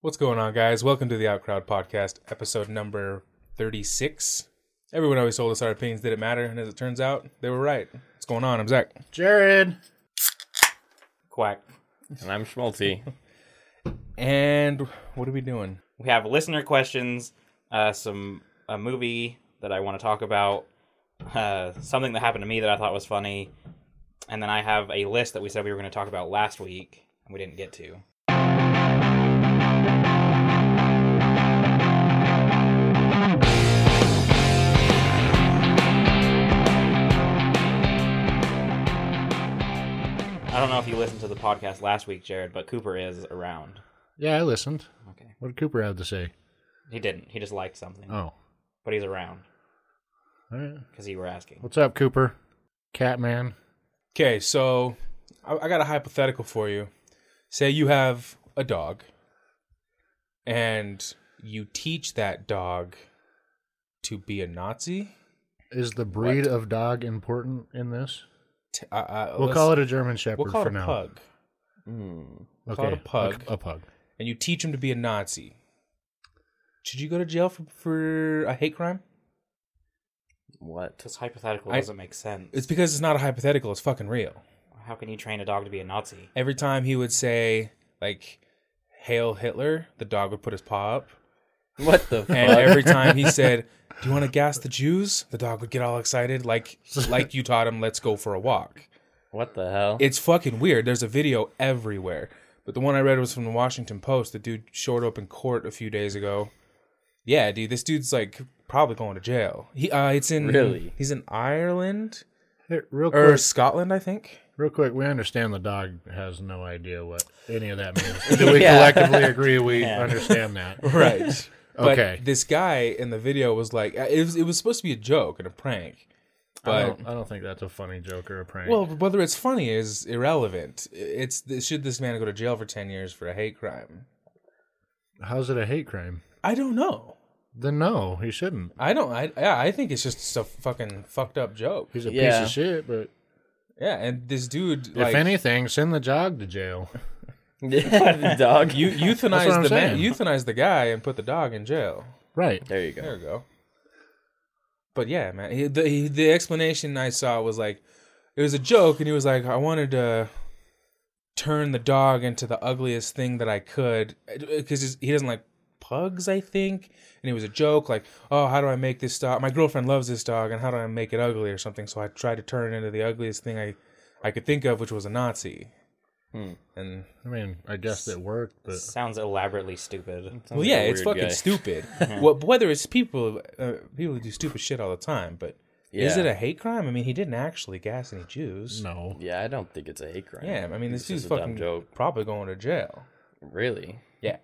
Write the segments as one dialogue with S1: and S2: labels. S1: What's going on, guys? Welcome to the Outcrowd Podcast, episode number 36. Everyone always told us our opinions didn't matter, and as it turns out, they were right. What's going on? I'm Zach.
S2: Jared.
S3: Quack. And I'm Schmaltzy.
S1: And what are we doing?
S3: we have listener questions, uh, some a movie that I want to talk about, uh, something that happened to me that I thought was funny, and then I have a list that we said we were going to talk about last week and we didn't get to. I don't know if you listened to the podcast last week, Jared, but Cooper is around.
S2: Yeah, I listened.
S3: Okay.
S2: What did Cooper have to say?
S3: He didn't. He just liked something.
S2: Oh.
S3: But he's around
S2: All right.
S3: because you were asking.
S2: What's up, Cooper? Catman.
S1: Okay, so I, I got a hypothetical for you. Say you have a dog, and you teach that dog to be a Nazi.
S2: Is the breed of dog important in this?
S1: T- uh, uh,
S2: We'll
S1: let's-
S2: call it a German Shepherd
S1: we'll call
S2: for
S1: it a
S2: now.
S1: pug,
S2: Okay.
S1: call it a pug.
S2: A, a pug.
S1: and you teach him to be a Nazi. Should you go to jail for, for a hate crime?
S4: What?
S3: This hypothetical
S1: I-
S3: doesn't make sense.
S1: It's because it's not a hypothetical, it's fucking real.
S3: How can you train a dog to be a Nazi?
S1: Every time he would say, like, Hail Hitler, the dog would put his paw up.
S4: What the
S1: And
S4: fuck?
S1: every time he said, "Do you want to gas the Jews?" the dog would get all excited, like like you taught him. Let's go for a walk.
S4: what the hell?
S1: It's fucking weird. There's a video everywhere, but the one I read was from the Washington Post. The dude showed up in court a few days ago. Yeah, dude, this dude's like probably going to jail. He uh, it's in
S4: Really?
S1: he's in Ireland
S2: Here, real quick,
S1: or Scotland, I think.
S2: real quick, Er, we understand the dog has no idea what any of that means. Do we
S4: Yeah.
S2: collectively agree we understand that?
S1: right but
S2: Okay.
S1: this guy in the video was like uh, it was, it was supposed to be a joke and a prank
S2: I
S1: but
S2: don't, I don't think that's a funny joke or a prank.
S1: well whether it's funny is irrelevant it's should this man go to jail for 10 years for a hate crime
S2: How's it a hate crime?
S1: i don't know
S2: Then no, he shouldn't.
S1: i don't i yeah i think it's just a fucking fucked up joke
S2: He's a
S4: Yeah.
S2: piece of shit, but
S1: yeah and this dude
S2: if
S1: like
S2: anything, send the dog to jail.
S4: Yeah, dog.
S1: eu-
S2: That's what
S1: euthanize
S2: I'm
S1: the man
S2: saying.
S1: euthanize the guy and put the dog in jail
S2: Right.
S4: There you go.
S1: There we go. But yeah, man, he, the he, the explanation I saw was like it was a joke, and he was like, "I wanted to turn the dog into the ugliest thing that I could," because he doesn't like pugs, I think. And it was a joke, like, "Oh, how do I make this dog? My girlfriend loves this dog, and how do I make it ugly or something?" So I tried to turn it into the ugliest thing I I could think of, which was a Nazi. Hmm. And
S2: I mean, I guess it worked, but
S3: Sounds elaborately stupid.
S1: well, yeah,
S4: a
S1: it's
S4: weird
S1: fucking
S4: guy.
S1: stupid. well, whether it's people, uh, people do stupid shit all the time, but is
S4: Yeah.
S1: it a hate crime? I mean, he didn't actually gas any Jews.
S2: no.
S4: Yeah, I don't think it's a hate crime.
S1: Yeah, I mean, this
S4: It's
S1: dude's
S4: just a dumb
S1: fucking
S4: joke.
S1: probably going to jail.
S4: Really?
S1: Yeah.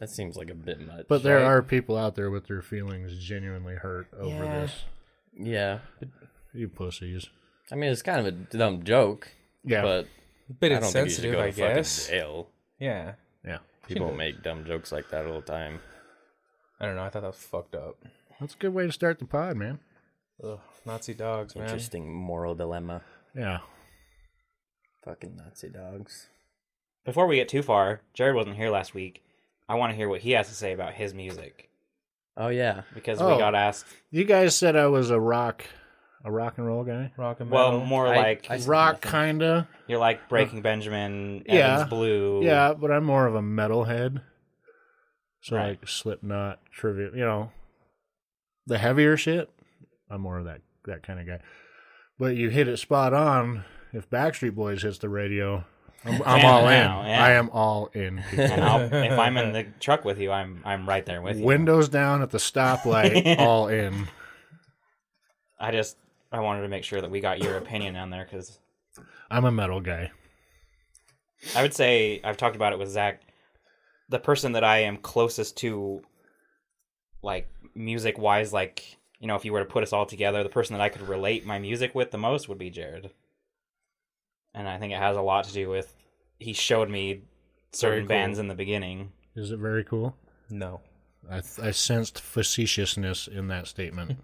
S4: That seems like a bit much.
S2: But there are people out there with their feelings genuinely hurt over
S1: Yeah.
S2: this.
S4: yeah,
S2: You pussies.
S4: I mean, it's kind of a dumb joke.
S2: Yeah.
S4: But
S1: But
S4: I
S1: it's
S4: don't think you should
S1: sensitive,
S4: go
S1: I
S4: to fucking
S1: guess.
S4: jail.
S1: Yeah.
S2: yeah.
S4: People make dumb jokes like that all the time.
S1: I don't know. I thought that was fucked up.
S2: That's a good way to start the pod, man.
S1: Ugh, Nazi dogs, man.
S4: Interesting moral dilemma.
S2: Yeah.
S4: Fucking Nazi dogs.
S3: Before we get too far, Jared wasn't here last week. I want to hear what he has to say about his music
S4: Oh yeah.
S3: because
S2: Oh.
S3: we got asked.
S2: You guys said I was a rock a rock and roll guy.
S1: Rock and metal.
S3: Well, more
S4: I-
S3: like
S4: I-
S2: Rock kinda.
S3: you're like Breaking Benjamin,
S2: Yeah.
S3: Evans Blue.
S2: Yeah, but I'm more of a metalhead. So
S3: Right.
S2: like Slipknot, Trivium, you know. The heavier shit, I'm more of that that kind of guy. But you hit it spot on. If Backstreet Boys hits the radio, I'm, I'm
S3: Yeah,
S2: all in.
S3: now, yeah.
S2: I am all in. People.
S3: And I'll, if I'm in the truck with you, I'm I'm right there with you.
S2: Windows down at the stoplight, all in.
S3: I just I wanted to make sure that we got your opinion on there because
S2: I'm a metal guy.
S3: I would say I've talked about it with Zach. The person that I am closest to, like music wise, like you know, if you were to put us all together, the person that I could relate my music with the most would be Jared. And I think it has a lot to do with he showed me certain
S1: Very cool.
S3: bands in the beginning.
S2: Is it very cool?
S1: no.
S2: I, I sensed facetiousness in that statement.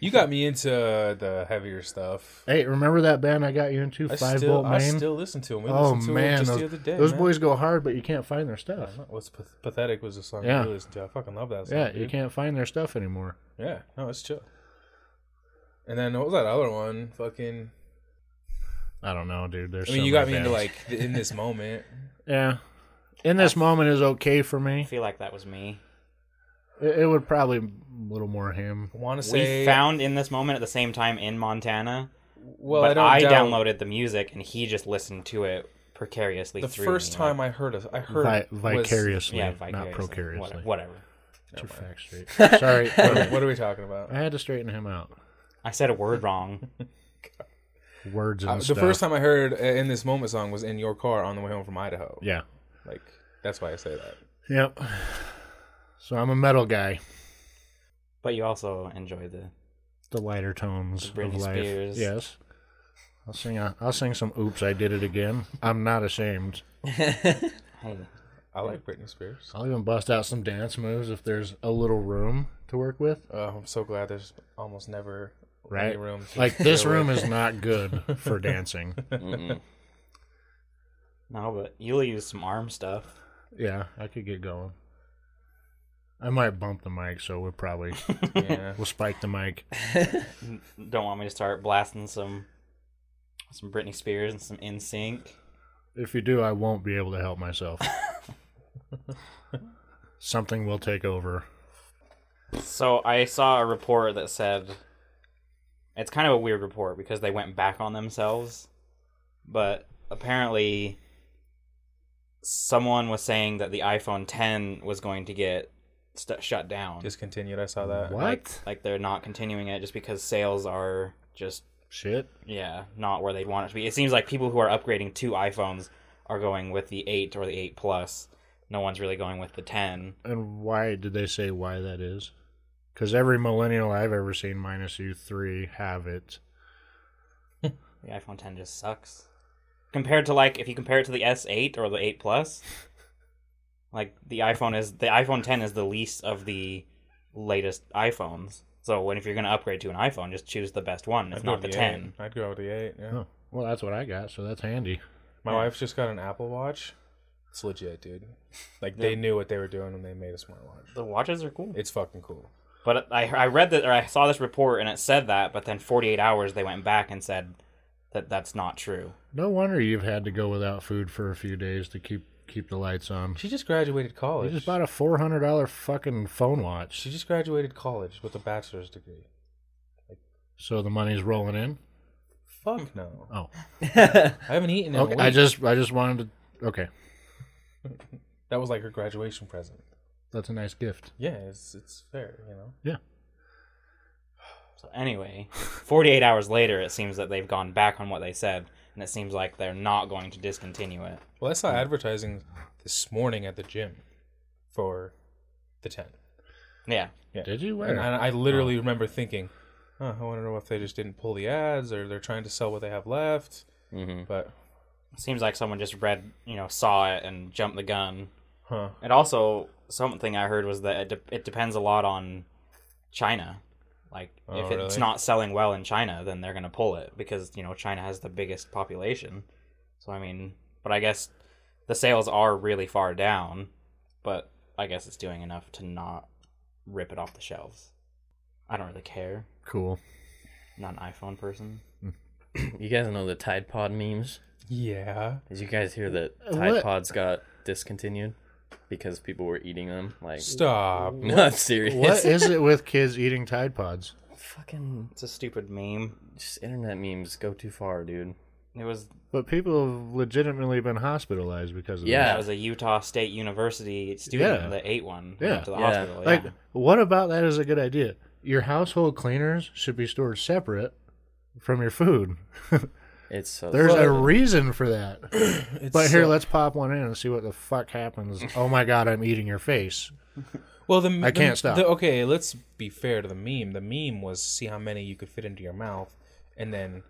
S1: You got me into the heavier stuff.
S2: hey, remember that band I got you into,
S1: I
S2: Five
S1: still,
S2: Volt
S1: I
S2: Main?
S1: still listen to them. We
S2: oh
S1: listened to
S2: man,
S1: them just
S2: those,
S1: the other day.
S2: those
S1: man.
S2: boys go hard, but you can't find their stuff.
S1: What's Path- pathetic was a song
S2: Yeah.
S1: I really listened to. I fucking love that song.
S2: Yeah, you
S1: dude.
S2: can't find their stuff anymore.
S1: Yeah, no, it's chill. And then what was that other one? Fucking.
S2: I don't know, dude. There's.
S1: I mean,
S2: so
S1: you got
S2: many
S1: me into
S2: bands.
S1: like the, in this moment.
S2: Yeah. In this moment is okay for me.
S3: I feel like that was me.
S2: It, it would probably be a little more him.
S1: I want to say.
S3: we found in this moment at the same time in Montana.
S1: well,
S3: but I,
S1: I, don't doubt-
S3: downloaded the music and he just listened to it precariously.
S1: the
S3: through
S1: first
S3: me,
S1: time
S3: like,
S1: I heard it. I heard
S2: Vi-
S1: it was-
S2: vicariously,
S3: yeah,
S2: not
S3: vicariously,
S2: procariously.
S3: whatever. whatever.
S2: Get your facts straight. Sorry.
S1: What, what are we talking about?
S2: I had to straighten him out.
S3: I said a word wrong.
S2: Words and
S1: Uh, the
S2: stuff.
S1: first time I heard uh, in this moment song was in your car on the way home from Idaho.
S2: Yeah.
S1: Like that's why I say that.
S2: Yep. So I'm a metal guy.
S3: but you also enjoy the
S2: The lighter tones
S3: Britney
S2: of life.
S3: Spears.
S2: Yes. I'll sing. A, I'll sing some. Oops, I did it again. I'm not ashamed.
S3: hey,
S1: I like Britney Spears.
S2: I'll even bust out some dance moves if there's a little room to work with.
S1: Uh, I'm so glad there's almost never any
S2: Right.
S1: room. to-
S2: Like this room is not good for dancing.
S4: Mm-mm.
S3: no, but you'll use some arm stuff.
S2: Yeah, I could get going. I might bump the mic, so we'll probably
S1: yeah.
S2: we'll spike the mic.
S3: Don't want me to start blasting some some Britney Spears and some In Sync.
S2: If you do, I won't be able to help myself. Something will take over.
S3: So I saw a report that said it's kind of a weird report because they went back on themselves, but apparently someone was saying that the iPhone 10 was going to get st- shut down.
S1: Discontinued. I saw that.
S2: What?
S3: Like, like they're not continuing it just because sales are just
S2: Shit.
S3: yeah not where they'd want it to be. It seems like people who are upgrading to iPhones are going with the 8 or the 8 Plus. No one's really going with the 10.
S2: And why did they say why that is? Because every millennial I've ever seen, minus you three, have it.
S3: The iPhone 10 just sucks. Compared to like if you compare it to the S8 or the 8 Plus, like the iPhone is the iPhone 10 is the least of the latest iPhones. So when if you're going to upgrade to an iPhone, just choose the best one. It's
S1: I'd go
S3: not
S1: with
S3: the
S1: eight.
S3: 10.
S1: I'd go with the eight. Yeah.
S2: Oh, well, that's what I got, so that's handy.
S1: My
S3: Yeah.
S1: wife's just got an Apple Watch. It's legit, dude. Like they knew what they were doing when they made a smartwatch.
S3: The watches are cool.
S1: It's fucking cool.
S3: But I I read that or I saw this report and it said that, but then 48 hours they went back and said that that's not true.
S2: No wonder you've had to go without food for a few days to keep keep the lights on.
S1: She just graduated
S2: You
S1: college.
S2: just bought a four hundred dollar fucking phone watch.
S1: she just graduated college with a bachelor's degree.
S2: So the money's rolling in.
S1: Fuck no.
S2: Oh,
S1: I haven't eaten in
S2: okay.
S1: a
S2: I
S1: week.
S2: just I just wanted to. Okay,
S1: That was like her graduation present.
S2: that's a nice gift.
S1: Yeah, it's it's fair, you know.
S2: Yeah.
S3: So anyway, 48 hours later it seems that they've gone back on what they said and it seems like they're not going to discontinue it.
S1: Well, I saw advertising this morning at the gym for the ten,
S3: Yeah.
S2: Did you
S1: and
S2: wear?
S1: I, I literally
S2: Oh.
S1: remember thinking, huh, I wonder if they just didn't pull the ads or they're trying to sell what they have left.
S2: Mm-hmm.
S4: Mhm.
S1: But
S3: seems like someone just read, you know, saw it and jumped the gun.
S1: huh,
S3: And also, something I heard was that it, de- it depends a lot on China. Like,
S1: Oh,
S3: if it's
S1: really?
S3: not selling well in China, then they're going to pull it because, you know, China has the biggest population. So, I mean, but I guess the sales are really far down, but I guess it's doing enough to not rip it off the shelves. I don't really care.
S2: Cool.
S3: I'm not an iPhone person.
S4: You guys know the Tide Pod memes?
S1: yeah.
S4: Did you guys hear that
S2: Uh,
S4: Tide
S2: what?
S4: Pods got discontinued because people were eating them? Like,
S1: Stop.
S4: no, I'm serious.
S2: What is it with kids eating Tide Pods?
S4: Fucking
S3: It's a stupid meme.
S4: just internet memes go too far, dude.
S3: It was
S2: But people have legitimately been hospitalized because of
S4: Yeah.
S3: That was a Utah State University student
S2: Yeah.
S3: that ate one.
S2: Yeah.
S3: Went to the
S4: Yeah.
S3: hospital.
S2: This. Like,
S3: yeah.
S2: what about that is a good idea? Your household cleaners should be stored separate from your food.
S4: It's so.
S2: There's a
S4: stupid.
S2: reason for that.
S1: It's
S2: But here,
S1: so-
S2: let's pop one in and see what the fuck happens. Oh my god, I'm eating your face.
S1: Well, the
S2: I can't
S1: the,
S2: stop.
S1: the- okay, let's be fair to the meme. The meme was see how many you could fit into your mouth, and then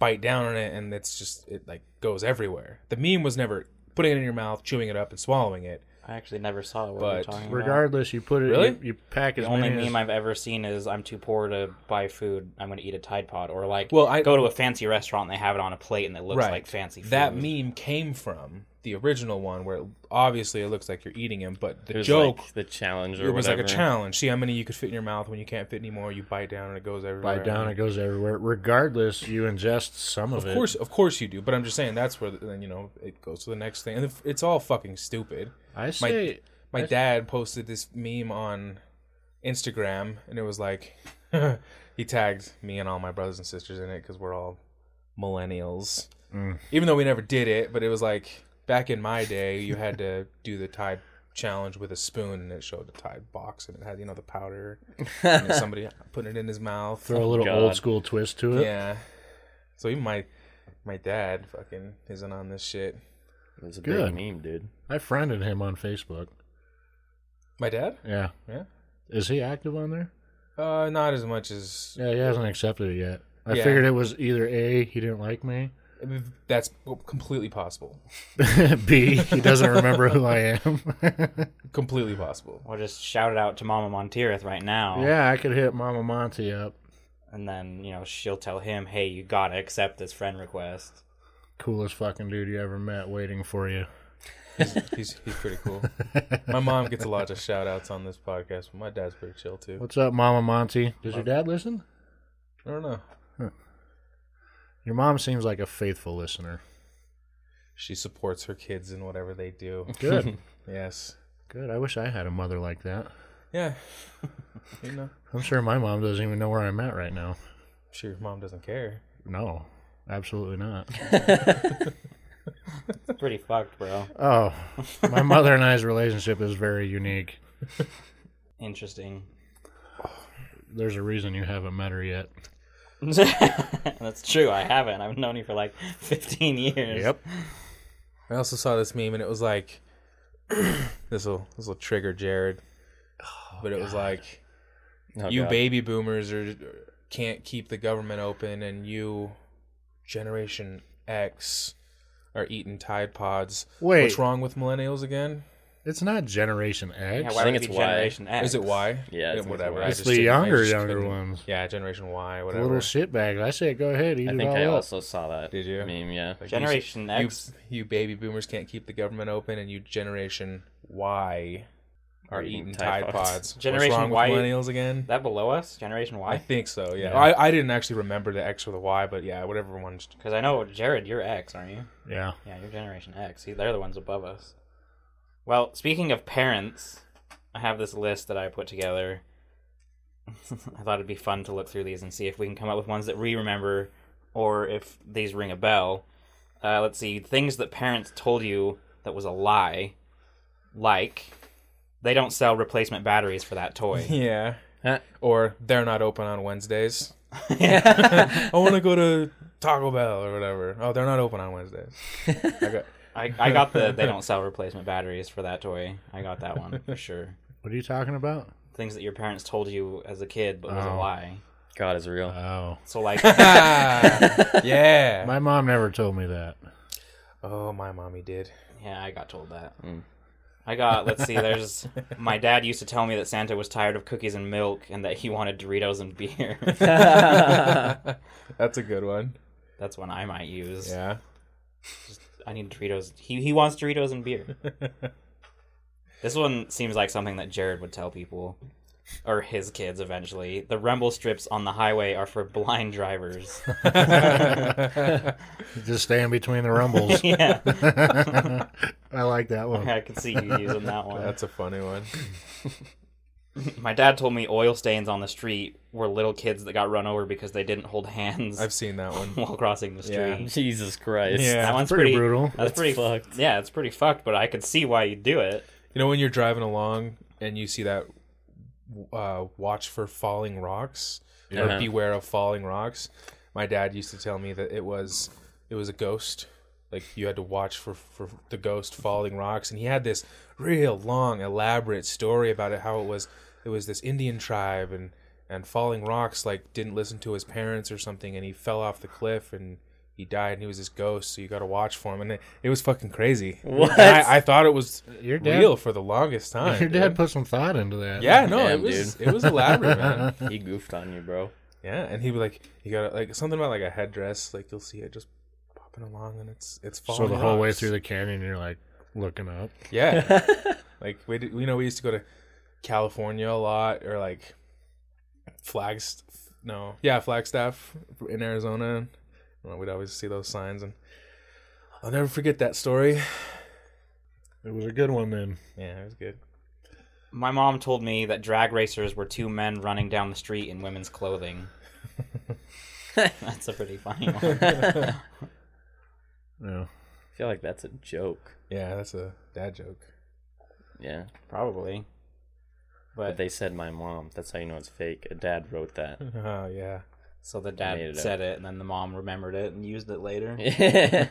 S1: bite down on it, and it's just it like goes everywhere. The meme was never putting it in your mouth, chewing it up, and swallowing it.
S3: I actually never saw what
S1: But-
S3: we're talking about.
S2: Regardless, you put it.
S1: Really?
S2: You, you pack as
S3: The only
S2: many as-
S3: meme I've ever seen is "I'm too poor to buy food. I'm going to eat a Tide Pod," or like,
S1: Well, I-
S3: go to a fancy restaurant and they have it on a plate and it looks
S1: Right.
S3: like fancy. Food.
S1: That meme came from the original one, where obviously it looks like you're eating him, but
S4: It
S1: the
S4: was
S1: joke
S4: like the challenge or
S1: it was
S4: whatever.
S1: like a challenge. See how many you could fit in your mouth. When you can't fit anymore, you bite down and it goes everywhere.
S2: bite down, it goes everywhere. Regardless, you ingest some of,
S1: Of course, of course you do. But I'm just saying that's where then you know it goes to the next thing, and if- it's all fucking stupid.
S2: it. I say
S1: My dad posted this meme on Instagram, and it was like he tagged me and all my brothers and sisters in it because we're all millennials. Even though we never did it, but it was like back in my day, you had to do the Tide challenge with a spoon, and it showed the Tide box, and it had you know the powder, and it's somebody putting it in his mouth.
S2: throw a little
S4: God.
S2: old school twist to it.
S1: Oh Yeah. So even my my dad fucking isn't on this shit.
S4: It was a
S2: Good.
S4: big meme, dude.
S2: I friended him on Facebook.
S1: My dad?
S2: Yeah,
S1: Yeah.
S2: is he active on there?
S1: Uh, not as much as
S2: Yeah, he hasn't accepted it yet. I
S1: Yeah.
S2: figured it was either a he didn't like me,
S1: I mean, that's completely possible.
S2: b he doesn't remember who I am.
S1: Completely possible.
S3: I'll just shout it out to Mama Montirith right now.
S2: yeah, I could hit Mama Monty up.
S3: and then you know she'll tell him, "Hey, you gotta accept this friend request."
S2: Coolest fucking dude you ever met, waiting for you.
S1: He's he's pretty cool. My mom gets a lot of shout outs on this podcast, but my dad's pretty chill too.
S2: What's up, Mama Monty? Does your dad listen?
S1: I don't know.
S2: Your mom seems like a faithful listener.
S1: She supports her kids in whatever they do.
S2: Good,
S1: Yes.
S2: good. I wish I had a mother like that.
S1: Yeah. You know.
S2: I'm sure my mom doesn't even know where I'm at right now.
S1: I'm sure your mom doesn't care.
S2: No, absolutely not.
S3: It's pretty fucked, bro.
S2: Oh, my mother and I's relationship is very unique.
S3: Interesting.
S2: There's a reason you haven't met her yet.
S3: That's true. I haven't. I've known you for like 15 years.
S1: I also saw this meme and it was like this will this will trigger Jared. But it was like
S4: Oh,
S1: you
S4: God.
S1: baby boomers are can't keep the government open and you generation X are eating Tide Pods.
S2: Wait.
S1: What's wrong with millennials again?
S2: It's not Generation
S3: Yeah,
S2: X.
S3: why
S4: think
S3: would it
S4: it's
S3: be
S4: Y.
S3: Generation X?
S1: Is it Y?
S4: Yeah, I think it's
S1: whatever.
S4: Y.
S1: I
S2: it's
S1: just
S2: the
S1: didn't- I
S2: younger,
S1: just
S2: younger
S1: couldn't-
S2: ones.
S1: Yeah, Generation Y,
S2: The
S1: whatever.
S2: little shitbags. I said, go ahead, eat
S4: I
S2: it
S4: think
S2: all
S4: I
S2: up.
S4: also saw that.
S1: Did you?
S4: Meme, yeah.
S1: Like,
S3: Generation
S1: you,
S3: X.
S1: You, you baby boomers can't keep the government open, and you Generation Y are
S4: Are eating
S1: eating
S4: Tide
S1: Tide Pods.
S4: Pods.
S3: Generation
S1: What's wrong
S3: Y-
S1: with millennials again?
S3: that below us? Generation
S1: I
S3: Y?
S1: think so. Yeah, I, I didn't actually remember the X or the Y, but yeah, whatever one's
S3: Because I know, Jared, you're X, aren't you?
S2: Yeah.
S3: Yeah, you're Generation X. See, they're the ones above us. Well, speaking of parents, I have this list that I put together. I thought it'd be fun to look through these and see if we can come up with ones that we remember or if these ring a bell. Uh, let's see. Things that parents told you that was a lie, like they don't sell replacement batteries for that toy.
S1: yeah.
S4: Huh?
S1: Or they're not open on Wednesdays. I want to go to Taco Bell or whatever. Oh, they're not open on Wednesdays. I got,
S3: I, I got the they don't sell replacement batteries for that toy. I got that one for sure.
S2: What are you talking about?
S3: Things that your parents told you as a kid but was a
S2: Oh.
S3: lie.
S4: God is real.
S1: Uh,
S2: Oh.
S3: So like
S1: ah, yeah.
S2: My mom never told me that.
S1: oh, my mommy did.
S3: Yeah, I got told that. I got, let's see, there's. My dad used to tell me that Santa was tired of cookies and milk and that he wanted Doritos and beer.
S1: That's a good one.
S3: That's one I might use.
S1: Yeah.
S3: I need Doritos. He, he wants Doritos and beer. this one seems like something that Jared would tell people, or his kids eventually. The rumble strips on the highway are for blind drivers.
S2: Just stand between the rumbles.
S3: yeah,
S2: I like that one.
S3: I could see you using that one.
S1: That's a funny one.
S3: My dad told me oil stains on the street were little kids that got run over because they didn't hold hands.
S1: I've seen that one.
S3: while crossing the street.
S1: Yeah.
S4: Jesus Christ.
S1: Yeah.
S3: That one's
S2: pretty brutal.
S3: That's, pretty fucked. Yeah, it's pretty fucked, but I could see why you do it.
S1: You know when you're driving along and you see that uh, watch for falling rocks or
S4: Uh-huh.
S1: beware of falling rocks. My dad used to tell me that it was it was a ghost. Like you had to watch for for the ghost falling rocks, and he had this real long, elaborate story about it. How it was it was this Indian tribe and and falling rocks like didn't listen to his parents or something, and he fell off the cliff and. he died and he was this ghost, so you got to watch for him. And it, it was fucking crazy.
S4: What?
S1: And I, I thought it was
S2: Your dad,
S1: real for the longest time.
S2: your dad
S1: dude.
S2: put some thought into that.
S1: Yeah, no,
S4: Damn,
S1: it was
S4: dude.
S1: it was elaborate, man.
S4: He goofed on you, bro.
S1: Yeah, and he'd be like, you got to like something about like a headdress, like you'll see it just popping along and it's it's falling.
S2: So the whole way
S1: rocks.
S2: through the canyon, you're like looking up.
S1: yeah, Like we did, you know, we used to go to California a lot, or like Flagstaff. No, yeah, Flagstaff in Arizona. Well, we'd always see those signs, and I'll never forget that story.
S2: It was a good one then.
S1: Yeah, it was good.
S3: My mom told me that drag racers were two men running down the street in women's clothing. That's a pretty funny one.
S2: Yeah.
S4: I feel like that's a joke.
S1: Yeah, that's a dad joke.
S4: Yeah.
S3: Probably.
S4: But they said my mom. That's how you know it's fake. A dad wrote that.
S1: Oh yeah,
S3: So the
S4: made it
S3: dad
S4: up.
S3: said it, and then the mom remembered it and used it later.
S4: yeah.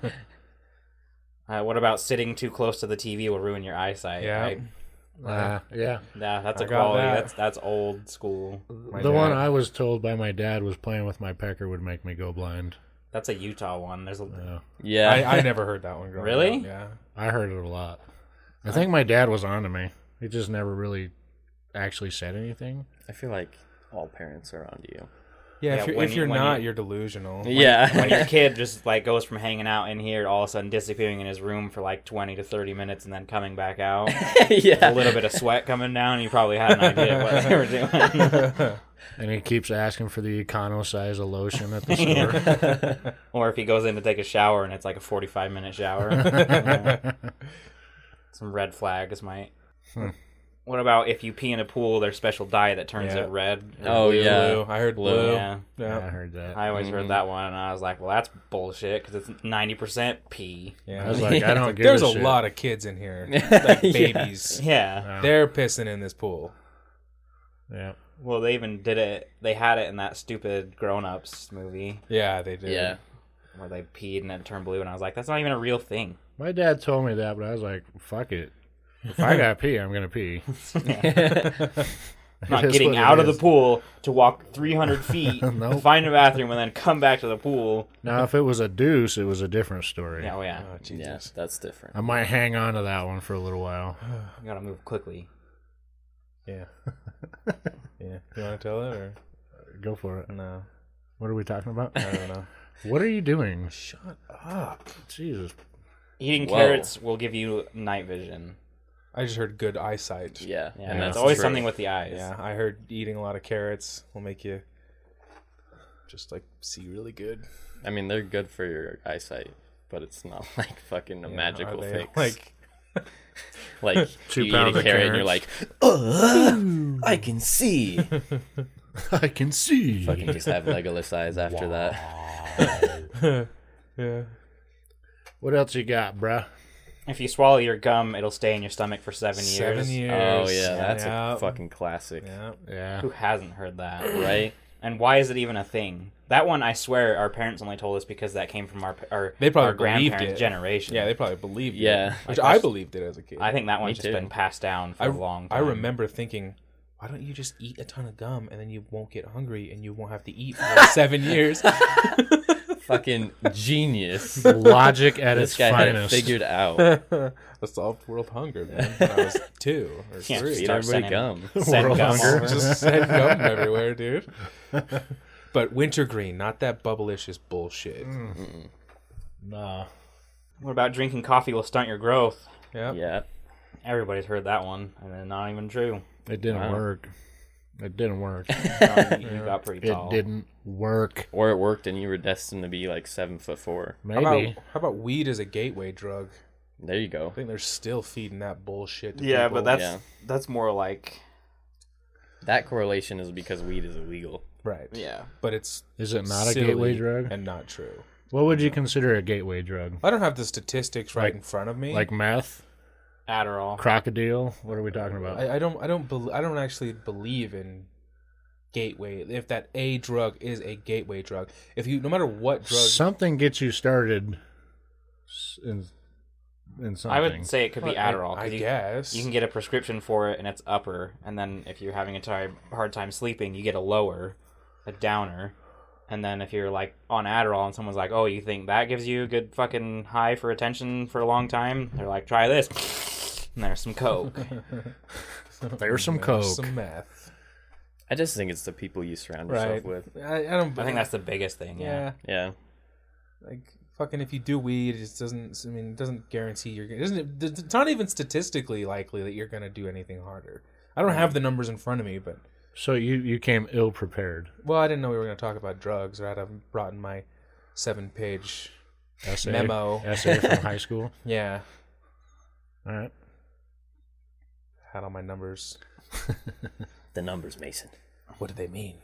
S3: Uh, what about sitting too close to the TV will ruin your eyesight?
S1: Yeah.
S3: right?
S2: Uh, yeah.
S3: yeah, that's a
S1: I got
S3: quality.
S1: that.
S3: That's that's old school.
S1: My
S2: the one
S1: dad-
S2: I was told by my dad was playing with my pecker would make me go blind.
S3: That's a Utah one. There's a
S2: Yeah.
S1: I, I never heard that one. Growing
S3: Really?
S1: up, Yeah.
S2: I heard it a lot. I think my dad was on to me. He just never really actually said anything.
S4: I feel like all parents are onto you.
S1: Yeah,
S3: Yeah,
S1: if you're,
S3: when
S1: if
S3: you-
S1: you're
S3: when
S1: not,
S3: you-
S1: you, are delusional.
S4: yeah.
S3: when your kid just like goes from hanging out in here to all of a sudden disappearing in his room for like 20 to 30 minutes and then coming back out a
S4: yeah.
S3: little bit of sweat coming down you probably had an idea what they were doing
S2: And he keeps asking for the econo size of lotion at the store.
S3: or if he goes in to take a shower and it's like a 45 minute shower Yeah. some red flags might
S1: Hmm.
S3: what about if you pee in a pool there's special dye that turns
S1: Yeah.
S3: it red
S4: Oh
S1: Blue.
S4: yeah.
S1: I heard blue.
S4: Blue.
S3: yeah
S2: yeah, I
S1: Yeah. Mm-hmm.
S2: heard that.
S3: I always heard that one, and I was like, "Well, that's bullshit because it's ninety percent pee."
S1: Yeah.
S2: I was like, I don't give
S1: There's
S2: a,
S1: a
S2: shit.
S1: lot of kids in here, like
S4: Yeah.
S1: babies.
S3: Yeah,
S1: They're pissing in this pool.
S2: Yeah.
S3: Well, they even did it. They had it in that stupid Grown Ups movie
S1: Yeah, they do.
S4: Yeah.
S3: where they peed and it turned blue, and I was like, "That's not even a real thing."
S2: My dad told me that, but I was like, fuck it. If I gotta pee, I'm gonna pee.
S3: Not
S2: is
S3: getting
S2: what it
S3: out of the
S2: is.
S3: pool to walk 300 feet, to
S2: Nope.
S3: find a bathroom, and then come back to the pool.
S2: Now, if it was a deuce, it was a different story.
S3: Yeah, oh yeah,
S1: Oh, Jesus.
S4: Yeah. That's different.
S2: I might hang on to that one for a little while.
S3: you gotta move quickly.
S1: Yeah. yeah. You want to tell it or
S2: Go for it.
S1: no?
S2: What are we talking about?
S1: I don't know.
S2: what are you doing?
S1: Shut up.
S2: Jesus.
S3: Eating
S4: Whoa.
S3: carrots will give you night vision.
S1: I just heard good eyesight.
S4: Yeah.
S3: Yeah, and it's always something with the eyes.
S1: Yeah, I heard eating a lot of carrots will make you just like see really good.
S4: I mean, they're good for your eyesight, but it's not like fucking a
S1: Yeah,
S4: magical
S1: are they,
S4: fix.
S1: Like
S4: like
S2: Two
S4: you
S2: pounds
S4: eat a
S2: of
S4: carrot and you're like, "Ugh, I can see.
S2: I can see.
S4: Fucking just have Legolas eyes after that.
S1: yeah.
S2: What else you got, bruh?
S3: If you swallow your gum, it'll stay in your stomach for seven years.
S1: Seven years.
S4: Oh yeah, that's
S1: yeah.
S4: a fucking classic,
S1: Yeah.
S2: Yeah.
S3: Who hasn't heard that?
S4: right?
S3: And why is it even a thing? That one, I swear, our parents only told us because that came from our our,
S1: They probably
S3: our
S1: believed
S3: grandparents'
S1: it.
S3: generation.
S1: Yeah, they probably believed it.
S4: Yeah.
S1: Which I
S3: Like,
S1: believed it as a kid.
S3: I think that one's just
S4: too.
S3: been passed down for
S1: I,
S3: a long time.
S1: I remember thinking, why don't you just eat a ton of gum and then you won't get hungry and you won't have to eat for like seven years?
S4: fucking genius.
S2: Logic at
S4: this
S2: its
S4: guy had it
S2: finest.
S4: figured out.
S1: I solved world hunger, man, when I was two or
S3: Can't
S1: three.
S4: Feed
S3: Start
S4: everybody
S3: sending-
S4: gum.
S3: Send
S2: World
S3: gum all
S2: hunger.
S3: over.
S1: just said gum everywhere, dude. But wintergreen, not that bubblicious bullshit.
S2: Nah.
S3: What about drinking coffee will stunt your growth?
S1: Yeah.
S4: Yeah,
S3: Everybody's heard that didn't not even true.
S2: It didn't work. It didn't work. it
S3: Um, you got pretty tall.
S2: didn't work.
S4: or it worked, and you were destined to be like seven foot four.
S1: How
S2: Maybe.
S1: about, how about weed as a gateway drug?
S4: There you go.
S1: I think they're still feeding that bullshit. To
S3: Yeah,
S1: people.
S3: but that's
S4: yeah.
S3: that's more like
S4: That correlation is because weed is illegal.
S1: right.
S3: yeah.
S1: but it's
S2: Is it not a
S1: silly
S2: gateway drug?
S1: and not true.
S2: What would you consider a gateway drug?
S1: I don't have the statistics right in front of me.
S2: Like meth?
S3: Adderall.
S2: Crocodile? What are we talking about?
S1: I, I don't, I don't, bel I don't actually believe in gateway. If that a drug is a gateway drug, if you, no matter what drug,
S2: Something gets you started s- in, in something.
S3: I would say it could be
S1: I-
S3: Adderall. 'cause
S1: I,
S3: you,
S1: guess
S3: you can get a prescription for it and it's upper, and then if you're having a time, hard time sleeping, you get a lower, a downer. And then if you're like on Adderall and someone's like, "Oh, you think that gives you a good fucking high for attention for a long time?" They're like, "Try this." And there's some coke.
S2: There's some coke.
S1: some meth.
S4: I just think it's the people you surround
S1: Right.
S4: yourself with.
S1: I, I don't.
S3: I think that's the biggest thing. Yeah.
S1: yeah.
S4: Yeah.
S1: Like fucking, if you do weed, it just doesn't. I mean, it doesn't guarantee you're. It doesn't. It's not even statistically likely that you're gonna do anything harder. I don't have the numbers in front of me, but
S2: So you you came ill prepared.
S1: well, I didn't know we were gonna talk about drugs. Right? I've brought in my seven-page.
S2: Essay,
S1: Memo.
S2: essay from high school.
S1: Yeah,
S2: All right.
S1: had all my numbers.
S4: The numbers, Mason.
S1: What do they mean?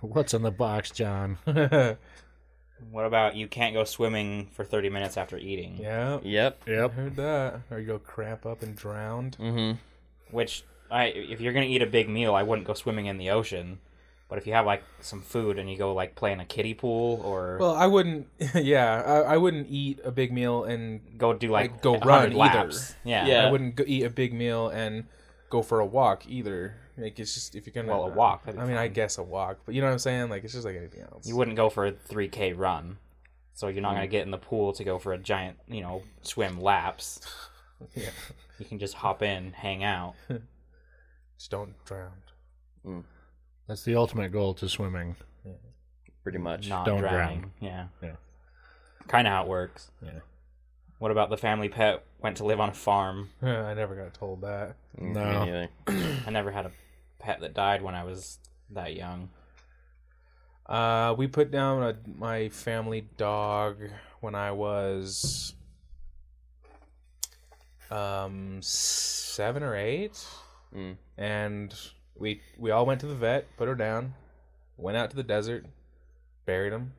S2: What's in the box, John?
S3: What about you can't go swimming for 30 minutes after eating?
S1: yeah,
S4: Yep.
S1: I
S2: Yep.
S1: heard that. Or you go crap up and drowned.
S4: Mm-hmm.
S3: Which I if you're going to eat a big meal, I wouldn't go swimming in the ocean. But if you have like some food and you go like play in a kiddie pool or
S1: Well, I wouldn't. Yeah, I, I wouldn't eat a big meal and
S3: go do like
S1: Like, go
S3: 100
S1: run either.
S3: laps. Yeah.
S4: Yeah.
S1: I wouldn't go eat a big meal and go for a walk either. Like it's just if you're gonna
S3: Well, a walk,
S1: I
S3: that'd
S1: mean,
S3: be
S1: I
S3: fine.
S1: guess a walk, but you know what I'm saying. Like it's just like anything else.
S3: You wouldn't go for a 3k run. So you're not
S4: Mm.
S3: going to get in the pool to go for a giant, you know, swim laps.
S1: Yeah.
S3: You can just hop in, hang out.
S1: just don't drown.
S2: That's the ultimate goal to swimming.
S4: Pretty much.
S3: not
S2: Don't
S3: drowning. Yeah.
S2: Yeah.
S3: Kind of how it works.
S2: Yeah.
S3: What about the family pet went to live on a farm?
S1: I never got told that.
S4: Mm,
S2: No.
S4: me neither.
S3: I never had a pet that died when I was that young.
S1: Uh, we put down a, my family dog when I was um seven or eight,
S4: Mm.
S1: and we we all went to the vet, put her down, went out to the desert, buried him.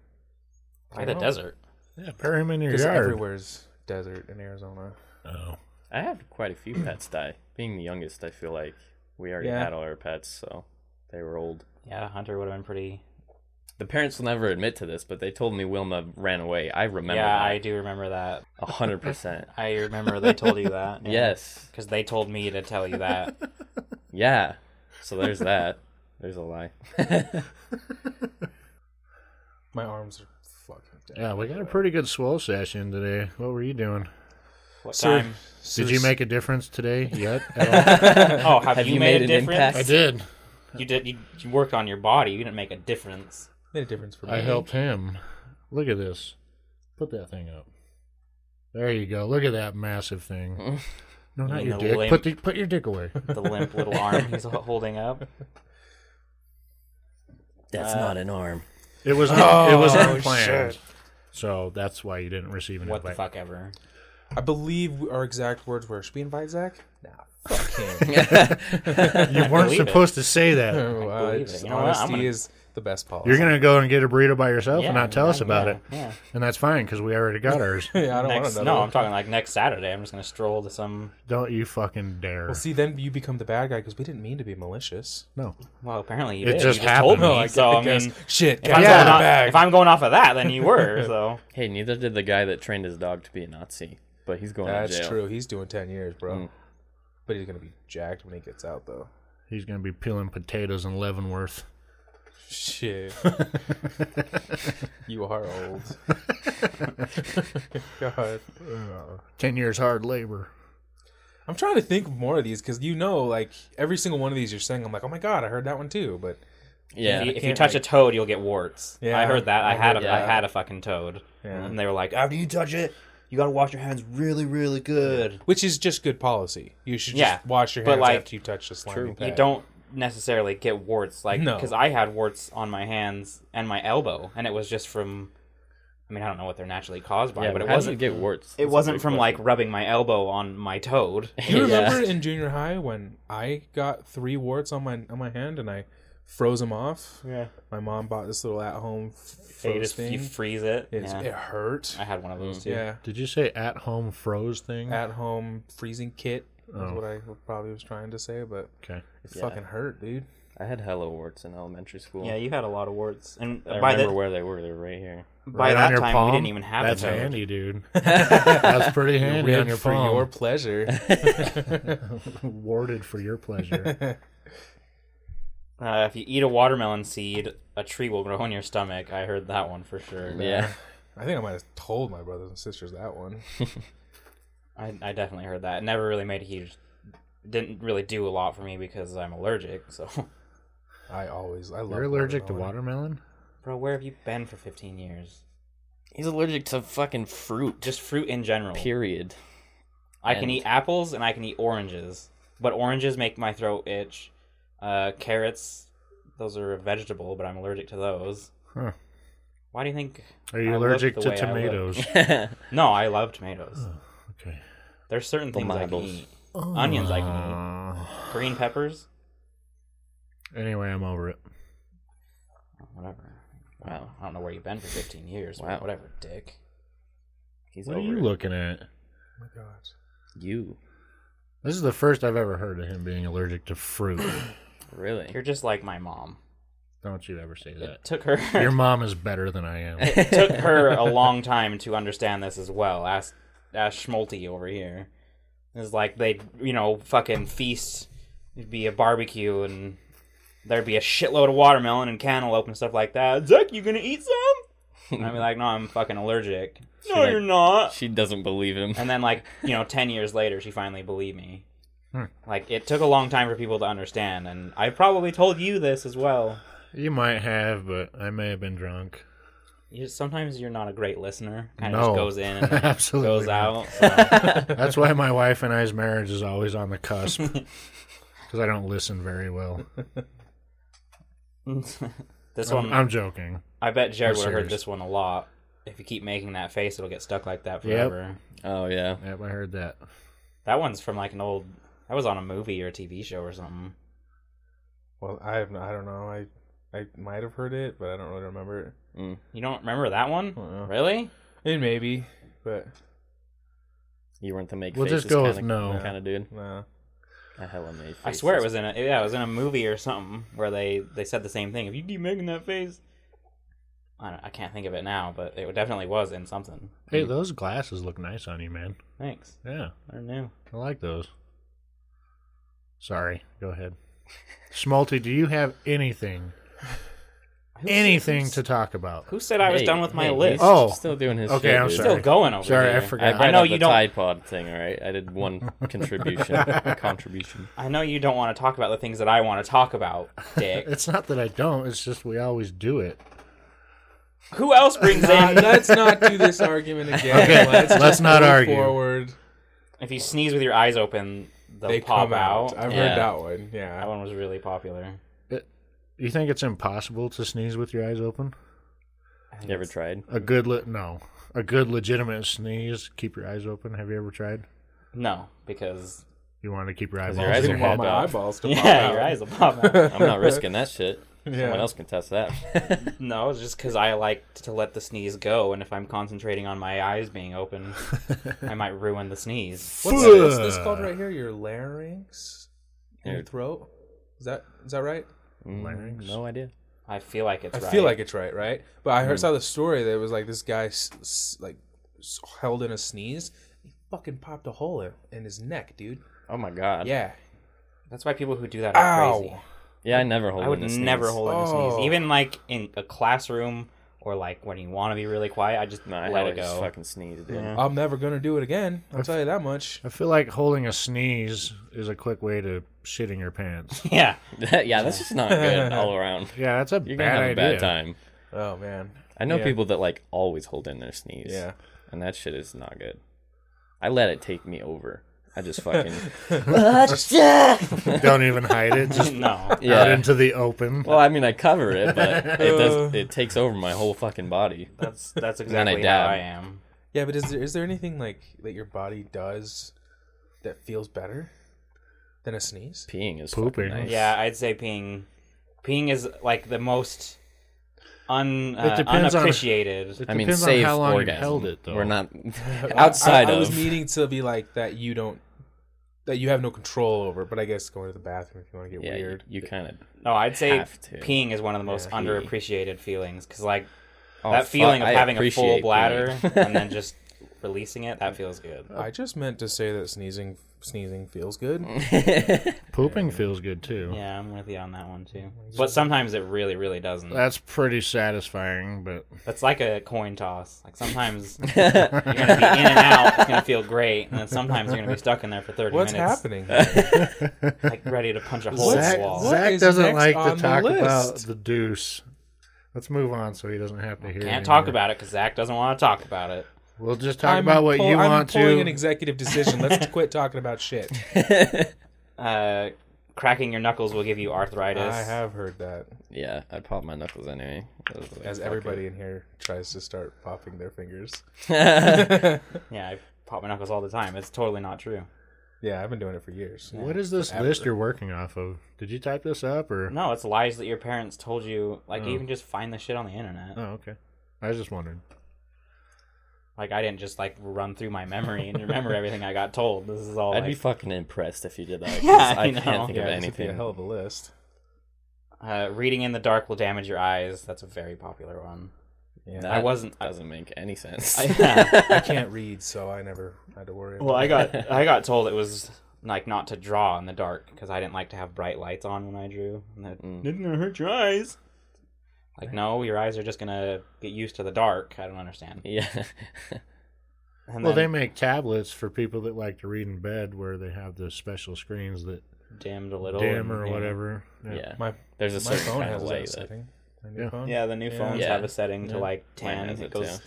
S3: By the desert.
S2: Yeah, bury him in your
S1: Because
S2: yard.
S1: everywhere's desert in Arizona.
S2: Oh.
S4: I had quite a few pets die. Being the youngest, I feel like we already
S1: Yeah.
S4: had all our pets, so they were old.
S3: Yeah, Hunter would have been pretty.
S4: The parents will never admit to this, but they told me Wilma ran away. I remember
S3: yeah, I
S4: that.
S3: do remember that.
S4: A hundred percent.
S3: I remember they told you that.
S4: Yes.
S3: Because they told me to tell you that.
S4: Yeah. So there's that. There's a lie.
S1: My arms are fucking dead.
S2: Yeah, we got a pretty good swole session today. What were you doing?
S3: What
S1: Sir-
S3: time?
S2: Did
S1: Sir-
S2: you make a difference today yet? At all?
S3: Oh, have, you, made, a
S4: an
S3: difference?
S2: I
S4: impact?
S2: did.
S3: You did. You, you worked on your body. You didn't make a difference.
S1: made a difference for me?
S2: I helped him. Look at this. Put that thing up. There you go. Look at that massive thing. No, not
S3: mean
S2: your
S3: the
S2: dick.
S3: limp-
S2: Put the, put your dick away.
S3: The limp little arm he's holding up.
S4: That's not an arm.
S2: It was un- it was
S1: Oh,
S2: unplanned. So that's why you didn't receive an
S3: What the
S2: invite.
S3: fuck ever.
S1: I believe our exact words were, "Should we invite Zach?" Nah, fuck him.
S2: You weren't
S3: believe it.
S2: supposed to say that.
S1: Oh,
S3: I
S1: uh,
S3: believe it.
S1: just
S3: You know what? I'm
S1: honesty
S3: gonna-
S1: is the best policy.
S2: You're gonna go and get a burrito by yourself
S3: Yeah,
S2: and not tell us
S3: yeah,
S2: about
S3: yeah,
S2: it,
S3: Yeah.
S2: and that's fine because we already got ours.
S1: yeah, I don't
S3: Next,
S1: want
S3: no, I'm
S1: another.
S3: talking like next Saturday. I'm just gonna stroll to some.
S2: Don't you fucking dare!
S1: Well, see, then you become the bad guy because we didn't mean to be malicious.
S2: No,
S3: Well, apparently you
S2: It
S3: did.
S2: just
S3: you just told
S2: happened.
S3: me.
S2: No,
S3: so I,
S1: guess-
S3: mean,
S1: shit.
S3: if, I'm
S1: yeah,
S3: going off,
S1: bag.
S3: if I'm going off of that, then you were. So
S4: Hey, neither did the guy that trained his dog to be a Nazi, but he's going to
S1: That's
S4: jail.
S1: true. He's doing ten years, bro.
S3: Mm.
S1: But he's gonna be jacked when he gets out, though.
S2: he's gonna be peeling potatoes in Leavenworth.
S1: Shit. you are old. God.
S2: Ten years hard labor.
S1: I'm trying to think of more of these because you know, like every single one of these you're saying, I'm like, oh my god, I heard that one too. But
S4: Yeah.
S3: if you
S1: can't,
S3: touch
S1: like-
S3: a toad, you'll get warts.
S1: Yeah,
S3: I heard that. I,
S1: I
S3: had a I
S4: heard that.
S3: had a fucking toad,
S1: Yeah.
S3: and they were like, after you touch it, you gotta wash your hands really, really good.
S1: which is just good policy. You should just
S3: Yeah,
S1: wash your
S3: but,
S1: hands
S3: like,
S1: after you touch the slimy
S3: You
S1: pad.
S3: don't necessarily get warts, like
S1: No.
S3: because I had warts on my hands and my elbow, and it was just from. I mean, I don't know what they're naturally caused by,
S4: Yeah,
S3: but it
S4: how does
S3: wasn't.
S4: get warts.
S3: It wasn't from like rubbing my elbow on my toad.
S1: Do you
S4: Yeah.
S1: remember in junior high when I got three warts on my on my hand and I froze them off?
S3: Yeah.
S1: My mom bought this little at home
S3: You
S1: froze
S3: just you
S1: thing.
S3: freeze it.
S1: It's,
S3: yeah.
S1: It hurt.
S3: I had one of
S2: Mm,
S3: those too.
S1: Yeah,
S2: Did you say at home froze thing?
S1: at home freezing kit is
S2: Oh.
S1: what I probably was trying to say, but
S2: okay.
S1: it
S4: Yeah.
S1: fucking hurt, dude.
S4: I had hello warts in elementary school.
S3: Yeah, you had a lot of warts, and
S4: I
S3: by,
S4: remember
S3: that,
S4: where they were. They were right here.
S3: by
S2: Right on
S3: that
S2: your
S3: time
S2: palm?
S3: we didn't even have
S2: That's
S3: a toad.
S2: handy, dude. That's pretty handy on
S1: Ribbed
S2: your
S1: for
S2: palm.
S1: your pleasure.
S2: Warded for your pleasure.
S3: Uh, if you eat a watermelon seed, a tree will grow in your stomach. I heard that one for sure.
S4: Yeah.
S1: I think I might have told my brothers and sisters that one.
S3: I, I definitely heard that. It never really made a huge, didn't really do a lot for me because I'm allergic. So,
S1: I always I love.
S2: You're allergic to
S1: watermelon.
S2: watermelon?
S3: bro, where have you been for 15 years?
S4: He's allergic to fucking fruit.
S3: Just fruit in general.
S4: period.
S3: I can
S4: and-
S3: eat apples and I can eat oranges, but oranges make my throat itch. Uh, carrots, those are a vegetable, but I'm allergic to those.
S2: Huh.
S3: Why do you think?
S2: Are you
S3: I look
S2: allergic
S3: the
S2: to
S3: way I look.
S2: tomatoes?
S3: No, I love tomatoes.
S2: okay.
S3: There's certain things I can
S4: Tomatoes.
S3: eat. Onions I can
S2: Uh,
S3: eat. Green peppers,
S2: anyway, I'm over it.
S3: whatever.
S4: wow.
S3: I don't know where you've been for 15 years. but
S4: Wow.
S3: Whatever, dick.
S4: He's
S2: What are
S4: over
S2: you
S4: it.
S2: looking at?
S1: Oh my god.
S4: You.
S2: This is the first I've ever heard of him being allergic to fruit.
S4: Really?
S3: You're just like my mom.
S2: Don't you ever say
S3: It
S2: that.
S3: took her
S2: Your mom is better than I am.
S3: it took her a long time to understand this as well. Ask ask Schmulty over here. It's like they you know fucking feast. It'd be a barbecue and there'd be a shitload of watermelon and cantaloupe and stuff like that. Zach, you gonna eat some? I'd be like, no, I'm fucking allergic. no,
S4: like-
S3: you're not.
S4: She doesn't believe him.
S3: And then, like, you know, 10 years later, she finally believed me.
S2: Hmm.
S3: Like, it took a long time for people to understand, and I probably told you this as well.
S2: You might have, but I may have been drunk.
S3: You, sometimes you're not a great listener. Kind of
S2: No.
S3: just goes in and then
S2: Absolutely.
S3: goes
S2: not.
S3: out. so-
S2: That's why my wife and I's marriage is always on the cusp. Because I don't listen very well.
S3: this
S2: I'm,
S3: one,
S2: I'm joking.
S3: I bet Jared
S2: I'm
S3: would have heard
S2: serious.
S3: this one a lot. If you keep making that face, it'll get stuck like that forever.
S4: Oh yeah.
S2: Yep, I heard that.
S3: That one's from like an old. That was on a movie or a TV show or something.
S1: Well, I have no, I don't know. I I might have heard it, but I don't really remember it.
S3: You don't remember that one?
S1: Uh-uh.
S3: Really?
S1: And maybe, but
S4: You weren't the make
S2: We'll
S4: faces
S2: just go
S4: kinda,
S2: with no.
S4: kind of dude.
S1: no.
S4: I hella made faces.
S3: I swear it was in a yeah, it was in a movie or something where they they said the same thing. If you keep making that face, I don't, I can't think of it now, but it definitely was in something.
S2: Hey, those glasses look nice on you, man.
S3: Thanks.
S2: Yeah,
S3: They're new.
S2: I like those. Sorry, go ahead. Schmalti, do you have anything,
S3: Who-
S2: anything to talk about?
S3: Who said I was
S4: Hey,
S3: done with my
S4: hey,
S3: list?
S2: Oh.
S4: He's still doing his.
S2: Okay,
S4: shit,
S2: I'm
S4: dude.
S2: sorry.
S3: still going over
S2: Sorry, I
S3: here.
S2: forgot.
S4: I,
S3: I know
S4: know
S3: you
S4: the
S3: don't-
S4: Tide Pod thing, all right? I did one contribution. contribution.
S3: I know you don't want to talk about the things that I want to talk about, Dick.
S2: It's not that I don't. It's just we always do it.
S3: Who else brings
S1: Uh,
S3: in?
S1: let's not do this argument again.
S2: Okay,
S1: let's
S2: let's
S1: just
S2: not
S1: move
S2: argue.
S1: Forward,
S3: If you sneeze with your eyes open, they'll
S1: they
S3: pop
S1: come out. I've
S4: Yeah.
S1: heard that one.
S3: That
S1: Yeah,
S3: one was really popular.
S2: You think it's impossible to sneeze with your eyes open?
S3: I think
S4: You ever
S3: it's-
S4: tried?
S2: A good le- no, a good legitimate sneeze. Keep your eyes open. Have you ever tried?
S3: No, because
S2: You want to keep your eyeballs
S4: your
S1: I
S4: eyes
S1: didn't
S2: open.
S4: are
S1: want
S4: pop
S1: my
S4: out.
S1: eyeballs to pop
S3: yeah,
S1: out.
S3: your eyes will pop out.
S4: I'm not risking that shit.
S1: Yeah.
S4: Someone else can test that.
S3: No, it's just because I like to let the sneeze go, and if I'm concentrating on my eyes being open, I might ruin the sneeze.
S1: What's, what's this called right here? Your larynx, in your
S4: Your-
S1: throat. Is that is that right?
S4: Mm,
S2: Larynx?
S4: No idea.
S3: I feel like it's
S1: I
S3: right.
S1: feel like it's right, right? But I heard saw the story that it was like this guy s- s- like s- held in a sneeze. He fucking popped a hole in, in his neck, dude.
S4: Oh my god.
S1: Yeah.
S3: that's why people who do that are
S1: Ow.
S3: crazy.
S4: Yeah, I never hold.
S3: I would
S4: in the
S3: never
S4: sneeze.
S3: hold in a
S1: Oh.
S3: sneeze, even like in a classroom or like when you want to be really quiet. I just
S4: No, I
S3: let
S4: always
S3: it go.
S4: fucking sneeze, dude.
S3: Yeah.
S1: I'm never gonna do it again. I'll tell you that much.
S2: I feel like holding a sneeze is a quick way to shitting your pants.
S3: Yeah,
S4: yeah, that's just not good all around.
S2: Yeah, that's a
S4: You're gonna
S2: bad
S4: have a
S2: idea.
S4: bad time.
S1: Oh man.
S4: I know
S1: Yeah.
S4: people that like always hold in their sneeze.
S1: Yeah.
S4: And that shit is not good. I let it take me over. I just fucking
S2: Don't even hide it. Just
S3: no,
S2: out
S4: yeah.
S2: into the open.
S4: Well, I mean, I cover it, but it does. It takes over my whole fucking body.
S3: that's that's
S4: then I
S3: exactly how
S4: dab.
S3: I am.
S1: Yeah, but is there is there anything like that your body does that feels better than a sneeze?
S4: Peeing is
S2: Pooping.
S4: pooping. Nice.
S3: Yeah, I'd say peeing. Peeing is like the most un
S2: It
S3: uh,
S2: depends on-
S3: unappreciated.
S2: It
S4: I mean,
S2: depends
S4: save
S2: on how long
S4: orgasm.
S2: you held it, though.
S4: We're not outside
S1: I, I
S4: of.
S1: was meaning to be like that. You don't that you have no control over. But I guess going to the bathroom if you want to get
S4: yeah,
S1: weird.
S4: you, kind of.
S3: No, I'd say
S4: have to.
S3: peeing is one of the most
S4: Yeah. Oh,
S3: underappreciated feelings because like that feeling of having a full bladder and then just releasing it, that feels good.
S1: I just meant to say that sneezing sneezing feels good.
S2: Pooping feels good too.
S3: Yeah, I'm with you on that one
S2: Oh
S3: too. But sometimes it really, really doesn't.
S2: That's pretty satisfying, but
S3: That's like a coin toss. Like sometimes you're gonna be in and out, it's gonna feel great, and then sometimes you're gonna be stuck in there for 30
S1: What's
S3: minutes,
S1: happening?
S3: like ready to punch a hole in
S2: Zach,
S3: the wall.
S1: what
S2: Zach
S1: is
S2: doesn't
S1: next
S2: like
S1: on
S2: to
S1: the
S2: talk about
S1: list?
S2: the deuce. Let's move on so he doesn't have to hear.
S3: Can't
S2: anymore.
S3: talk about it because Zach doesn't want to talk about it.
S2: We'll just talk about what
S1: pull-
S2: you
S1: I'm
S2: want
S1: pulling
S2: to.
S1: an executive decision. Let's quit talking about shit.
S3: Uh, cracking your knuckles will give you arthritis.
S1: I have heard that.
S4: yeah, I'd pop my knuckles anyway. I was like,
S1: As
S4: fuck
S1: everybody in here tries to start popping their fingers.
S4: it.
S3: Yeah, I pop my knuckles all the time. It's totally not true.
S1: Yeah, I've been doing it for years.
S2: what is this list you're working off of? Did you type this up or?
S3: No, it's lies that your parents told you. Like
S4: Mm.
S3: you can just find the shit on the internet.
S2: Oh, okay. I was just wondering.
S3: Like I didn't just like run through my memory and remember everything I got told. This is all.
S4: I'd
S3: like,
S4: be fucking impressed if you did that. 'cause
S3: Yeah,
S4: I,
S3: I know.
S4: can't think
S1: Yeah,
S4: of
S1: this would be a
S4: anything.
S1: hell of a list.
S3: uh, reading in the dark will damage your eyes. That's a very popular one.
S4: That
S3: I wasn't. I,
S4: doesn't make any sense.
S1: I can't read, so I never had to worry. About
S3: well, I got I got told it was like not to draw in the dark because I didn't like to have bright lights on when I drew. And that
S4: Mm.
S3: didn't it hurt your eyes. Like no, your eyes are just gonna get used to the dark. I don't understand.
S4: yeah.
S3: And
S2: Well, they
S3: then
S2: make tablets for people that like to read in bed, where they have the special screens that
S3: dimmed a little.
S2: dim
S3: and-
S2: or
S3: Oh, yeah.
S2: whatever.
S4: Yeah.
S1: my
S4: There's a
S1: my
S4: certain
S1: phone
S4: kind of
S1: has
S4: way
S1: that
S4: that
S1: setting. My new
S2: Yeah.
S1: phone.
S3: Yeah, the new
S1: Yeah.
S3: phones
S4: Yeah.
S3: have a setting to like tan.
S4: has
S3: It
S4: it
S3: goes
S4: too.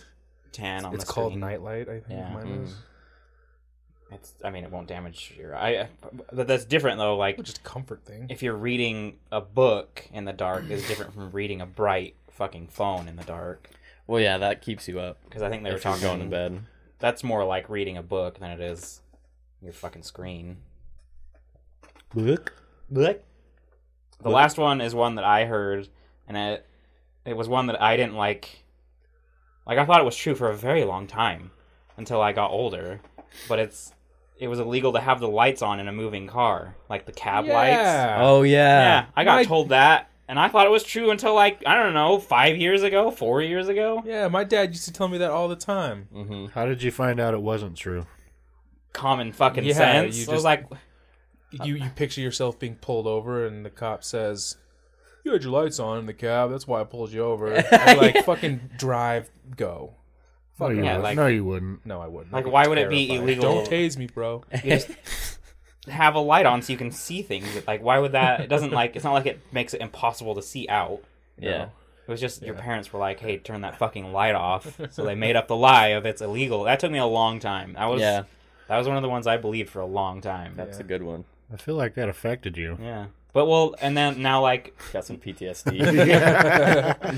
S3: tan on
S1: It's
S3: the
S1: called
S3: screen.
S1: Nightlight. I think
S3: Yeah. Mm.
S1: mine was.
S3: It's. I mean, it won't damage your eye. But that's different though. Like
S1: Just a comfort thing.
S3: if you're reading a book in the dark is different from reading a bright fucking phone in the dark.
S4: Well, yeah, that keeps you up.
S3: Because I think they were
S4: if you're
S3: talking
S4: going to bed.
S3: That's more like reading a book than it is your fucking screen.
S2: Look.
S3: The last one is one that I heard, and it it was one that I didn't like. Like I thought it was true for a very long time until I got older, but it's it was illegal to have the lights on in a moving car, like the cab lights.
S4: Oh yeah.
S3: Yeah, I got
S1: My-
S3: told that, and I thought it was true until like I don't know, five years ago, four years ago.
S1: Yeah, my dad used to tell me that all the time.
S3: Mm.
S4: Mm-hmm.
S2: How did you find out it wasn't true?
S3: Common fucking
S1: Yeah,
S3: sense.
S1: you
S3: I was
S1: just-
S3: like,
S1: You you picture yourself being pulled over, and the cop says, "You had your lights on in the cab. That's why I pulled you over." I'd be like fucking drive, go.
S2: No, you,
S1: yeah,
S2: wouldn't.
S3: like-
S2: no, you wouldn't.
S1: No, I wouldn't.
S3: Oh, Like,
S1: That'd
S3: why would it be
S1: terrifying.
S3: illegal?
S1: Don't tase me, bro.
S3: you just have a light on so you can see things. Like, why would that? It doesn't like. It's not like it makes it impossible to see out.
S4: Yeah.
S3: It was just your parents were like, "Hey, turn that fucking light off." So they made up the lie of it's illegal. That took me a long time. That was
S4: Yeah.
S3: that was one of the ones I believed for a long time.
S4: That's a good one.
S2: I feel like that affected you.
S3: yeah. But well, and then now like
S4: Got some PTSD.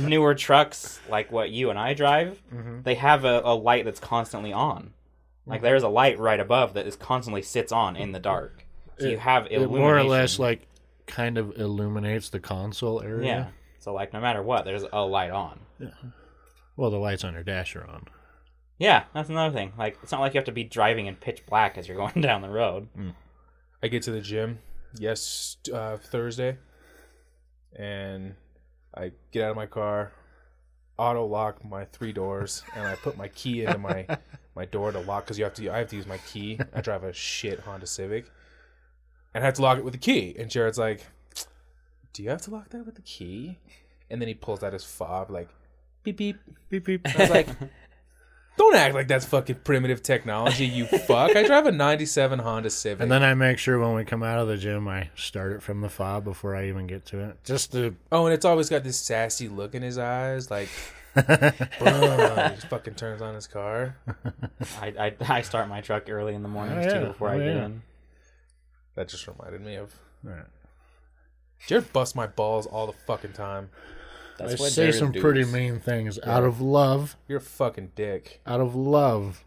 S3: newer trucks like what you and I drive,
S4: Mm-hmm.
S3: they have a, a light that's constantly on. Like there's a light right above that is constantly sits on in the dark. So you have
S2: It
S3: illumination.
S2: more or less like kind of illuminates the console area.
S3: yeah. So like no matter what, there's a light on.
S2: Well, the lights on your dash are on.
S3: Yeah, that's another thing. Like it's not like you have to be driving in pitch black as you're going down the road.
S1: I get to the gym, yes, uh, Thursday, and I get out of my car, auto lock my three doors, and I put my key into my my door to lock because you have to. I have to use my key. I drive a shit Honda Civic, and I have to lock it with the key. And Jared's like, "Do you have to lock that with the key?" And then he pulls out his fob, like, beep beep beep beep. I was like. Don't act like that's fucking primitive technology, you fuck. I drive a 97 Honda Civic.
S2: And then I make sure when we come out of the gym, I start it from the fob before I even get to it. Just to
S1: Oh, and it's always got this sassy look in his eyes, like, bro, he just fucking turns on his car.
S3: I, I I start my truck early in the morning
S2: Oh,
S3: too
S2: yeah.
S3: before
S2: Oh,
S3: I get
S2: yeah.
S3: in.
S1: That just reminded me of
S2: Alright.
S1: Jared busts my balls all the fucking time.
S4: That's
S2: I
S4: what
S2: say
S4: Jared
S2: some
S4: does.
S2: pretty mean things out of love.
S1: You're a fucking dick.
S2: Out of love.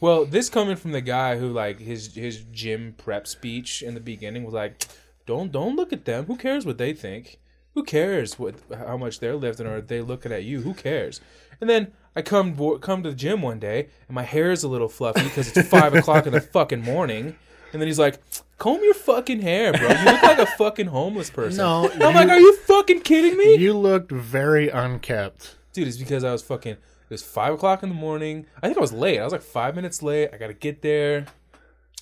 S1: Well, this coming from the guy who like his his gym prep speech in the beginning was like, don't don't look at them. Who cares what they think? Who cares what how much they're lifting or they looking at you? Who cares? And then I come wo- come to the gym one day and my hair is a little fluffy because it's five o'clock in the fucking morning. And then he's like, comb your fucking hair, bro. You look like a fucking homeless person.
S2: No,
S1: And I'm like,
S2: you-
S1: are you fucking kidding me?
S2: You looked very unkept.
S1: Dude, it's because I was fucking. It was five o'clock in the morning. I think I was late. I was like five minutes late. I got to get there.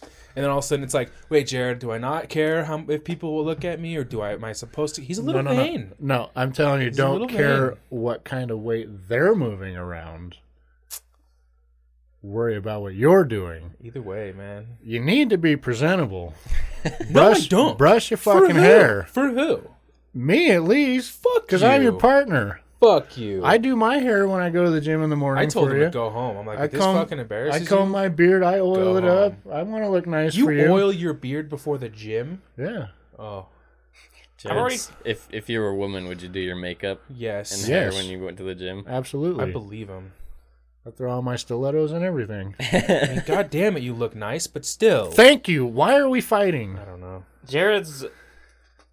S1: And then all of a sudden, it's like, wait, Jared, do I not care how if people will look at me, or do I am I supposed to? He's a little
S2: no, no,
S1: vain.
S2: No. no, I'm telling you,
S1: a
S2: don't
S1: little
S2: care
S1: vain.
S2: what kind of weight they're moving around. Worry about what you're doing.
S1: Either way, man.
S2: You need to be presentable. brush,
S1: No, I don't.
S2: Brush your
S1: For
S2: fucking
S1: who?
S2: hair.
S1: For who?
S2: Me at least.
S1: Fuck
S2: Because I'm your
S1: you.
S2: partner.
S1: Fuck you.
S2: I do my hair when I go to the gym in the morning.
S1: I told
S2: for
S1: him
S2: you.
S1: to go home. I'm like,
S2: I
S1: if this
S2: comb,
S1: fucking embarrasses
S2: I comb
S1: you.
S2: my beard. I oil
S1: go
S2: it up. I want to look nice
S1: You,
S2: for you.
S1: oil your beard before the gym.
S2: Yeah.
S1: Oh
S3: I've already-
S4: Jared's- if if you were a woman, would you do your makeup and
S1: yes,
S2: Yeah.
S4: hair
S2: Yes.
S4: when you went to the gym?
S2: Absolutely.
S1: I
S2: I,
S1: believe him.
S2: throw on my stilettos and everything.
S1: I mean, God damn it, you look nice, but still,
S2: Thank you. Why are we fighting?
S1: I don't know.
S3: Jared's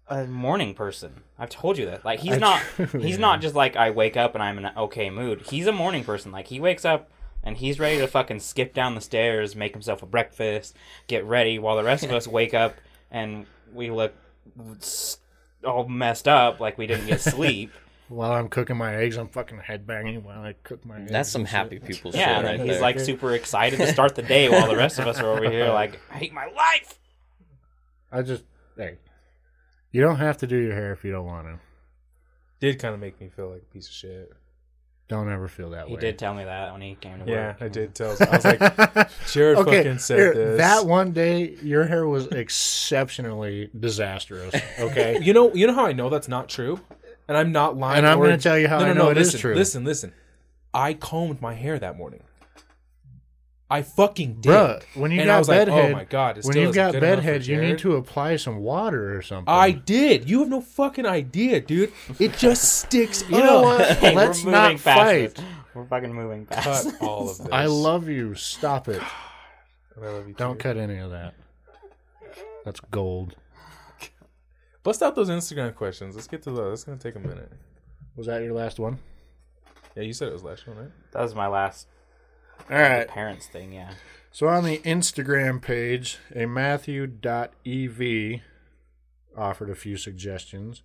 S3: a morning person. I've told you that. Like he's
S2: I
S3: not
S2: truly
S3: he's
S2: am.
S3: not just like I wake up and I'm in an okay mood. He's a morning person. Like he wakes up and he's ready to fucking skip down the stairs, make himself a breakfast, get ready while the rest of us wake up and we look s- all messed up like we didn't get sleep.
S2: While I'm cooking my eggs, I'm fucking headbanging while I cook my eggs.
S4: That's some happy people shit.
S3: yeah, and
S4: right
S3: then he's
S4: there.
S3: like super excited to start the day while the rest of us are over here like I hate my life.
S2: I just hey, you don't have to do your hair if you don't want to.
S1: Did kind of make me feel like a piece of shit.
S2: Don't ever feel that
S3: He
S2: way.
S3: did tell me that when he came to
S1: Yeah,
S3: work.
S1: I did tell. I was like, Jared fucking said
S2: here,
S1: this.
S2: That one day, your hair was exceptionally disastrous. Okay,
S1: you know, you know how I know that's not true, and I'm not lying.
S2: And I'm
S1: or-
S2: gonna tell you how
S1: no,
S2: I
S1: no,
S2: know
S1: no,
S2: it is
S1: listen,
S2: true.
S1: Listen, listen. I combed my hair that morning. I fucking did.
S2: bruh. When you
S1: and
S2: got
S1: I was
S2: bedhead,
S1: like, oh my god, it
S2: when
S1: still
S2: you've
S1: isn't
S2: got
S1: good enough for
S2: bedhead, you
S1: Jared.
S2: need to apply some water or something.
S1: I did. You have no fucking idea, dude. It just sticks.
S2: you know what?
S3: Hey,
S2: Let's
S3: we're moving
S2: not
S3: fast.
S2: fight.
S3: We're fucking moving fast.
S1: Cut all of this.
S2: I love you. Stop it.
S1: I love you.
S2: Don't
S1: too.
S2: cut any of that. That's gold.
S1: Bust out those Instagram questions. Let's get to those. It's gonna take a minute.
S2: Was that your last one?
S1: Yeah, you said it was last one, right?
S3: That was my last
S2: All right.
S3: parents thing, yeah.
S2: So on the Instagram page, a Matthew.ev offered a few suggestions.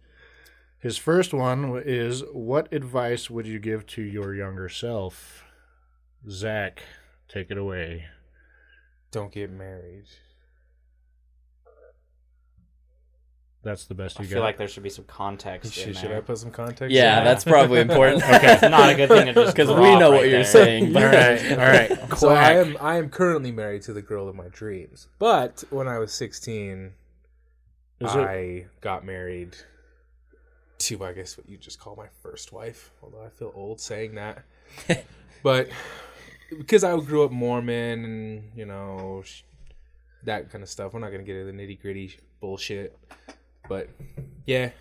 S2: His first one is What advice would you give to your younger self? Zach, take it away.
S1: Don't get married.
S2: That's the best
S3: I
S2: you
S3: feel
S2: got.
S3: like there should be some context in
S1: Should, should I
S3: there.
S1: put some context?
S4: yeah,
S1: in?
S4: that's probably important.
S3: It's not a good thing to just
S4: because
S3: drop
S4: we know
S3: right
S4: what
S3: there.
S4: you're saying.
S2: all right, all right.
S1: So I
S2: Quack.
S1: am I am currently married to the girl of my dreams. But when I was 16,
S2: Is it-
S1: I got married to I guess what you just call my first wife. Although I feel old saying that, but because I grew up Mormon and you know sh- that kind of stuff, we're not gonna get into the nitty gritty bullshit. But yeah,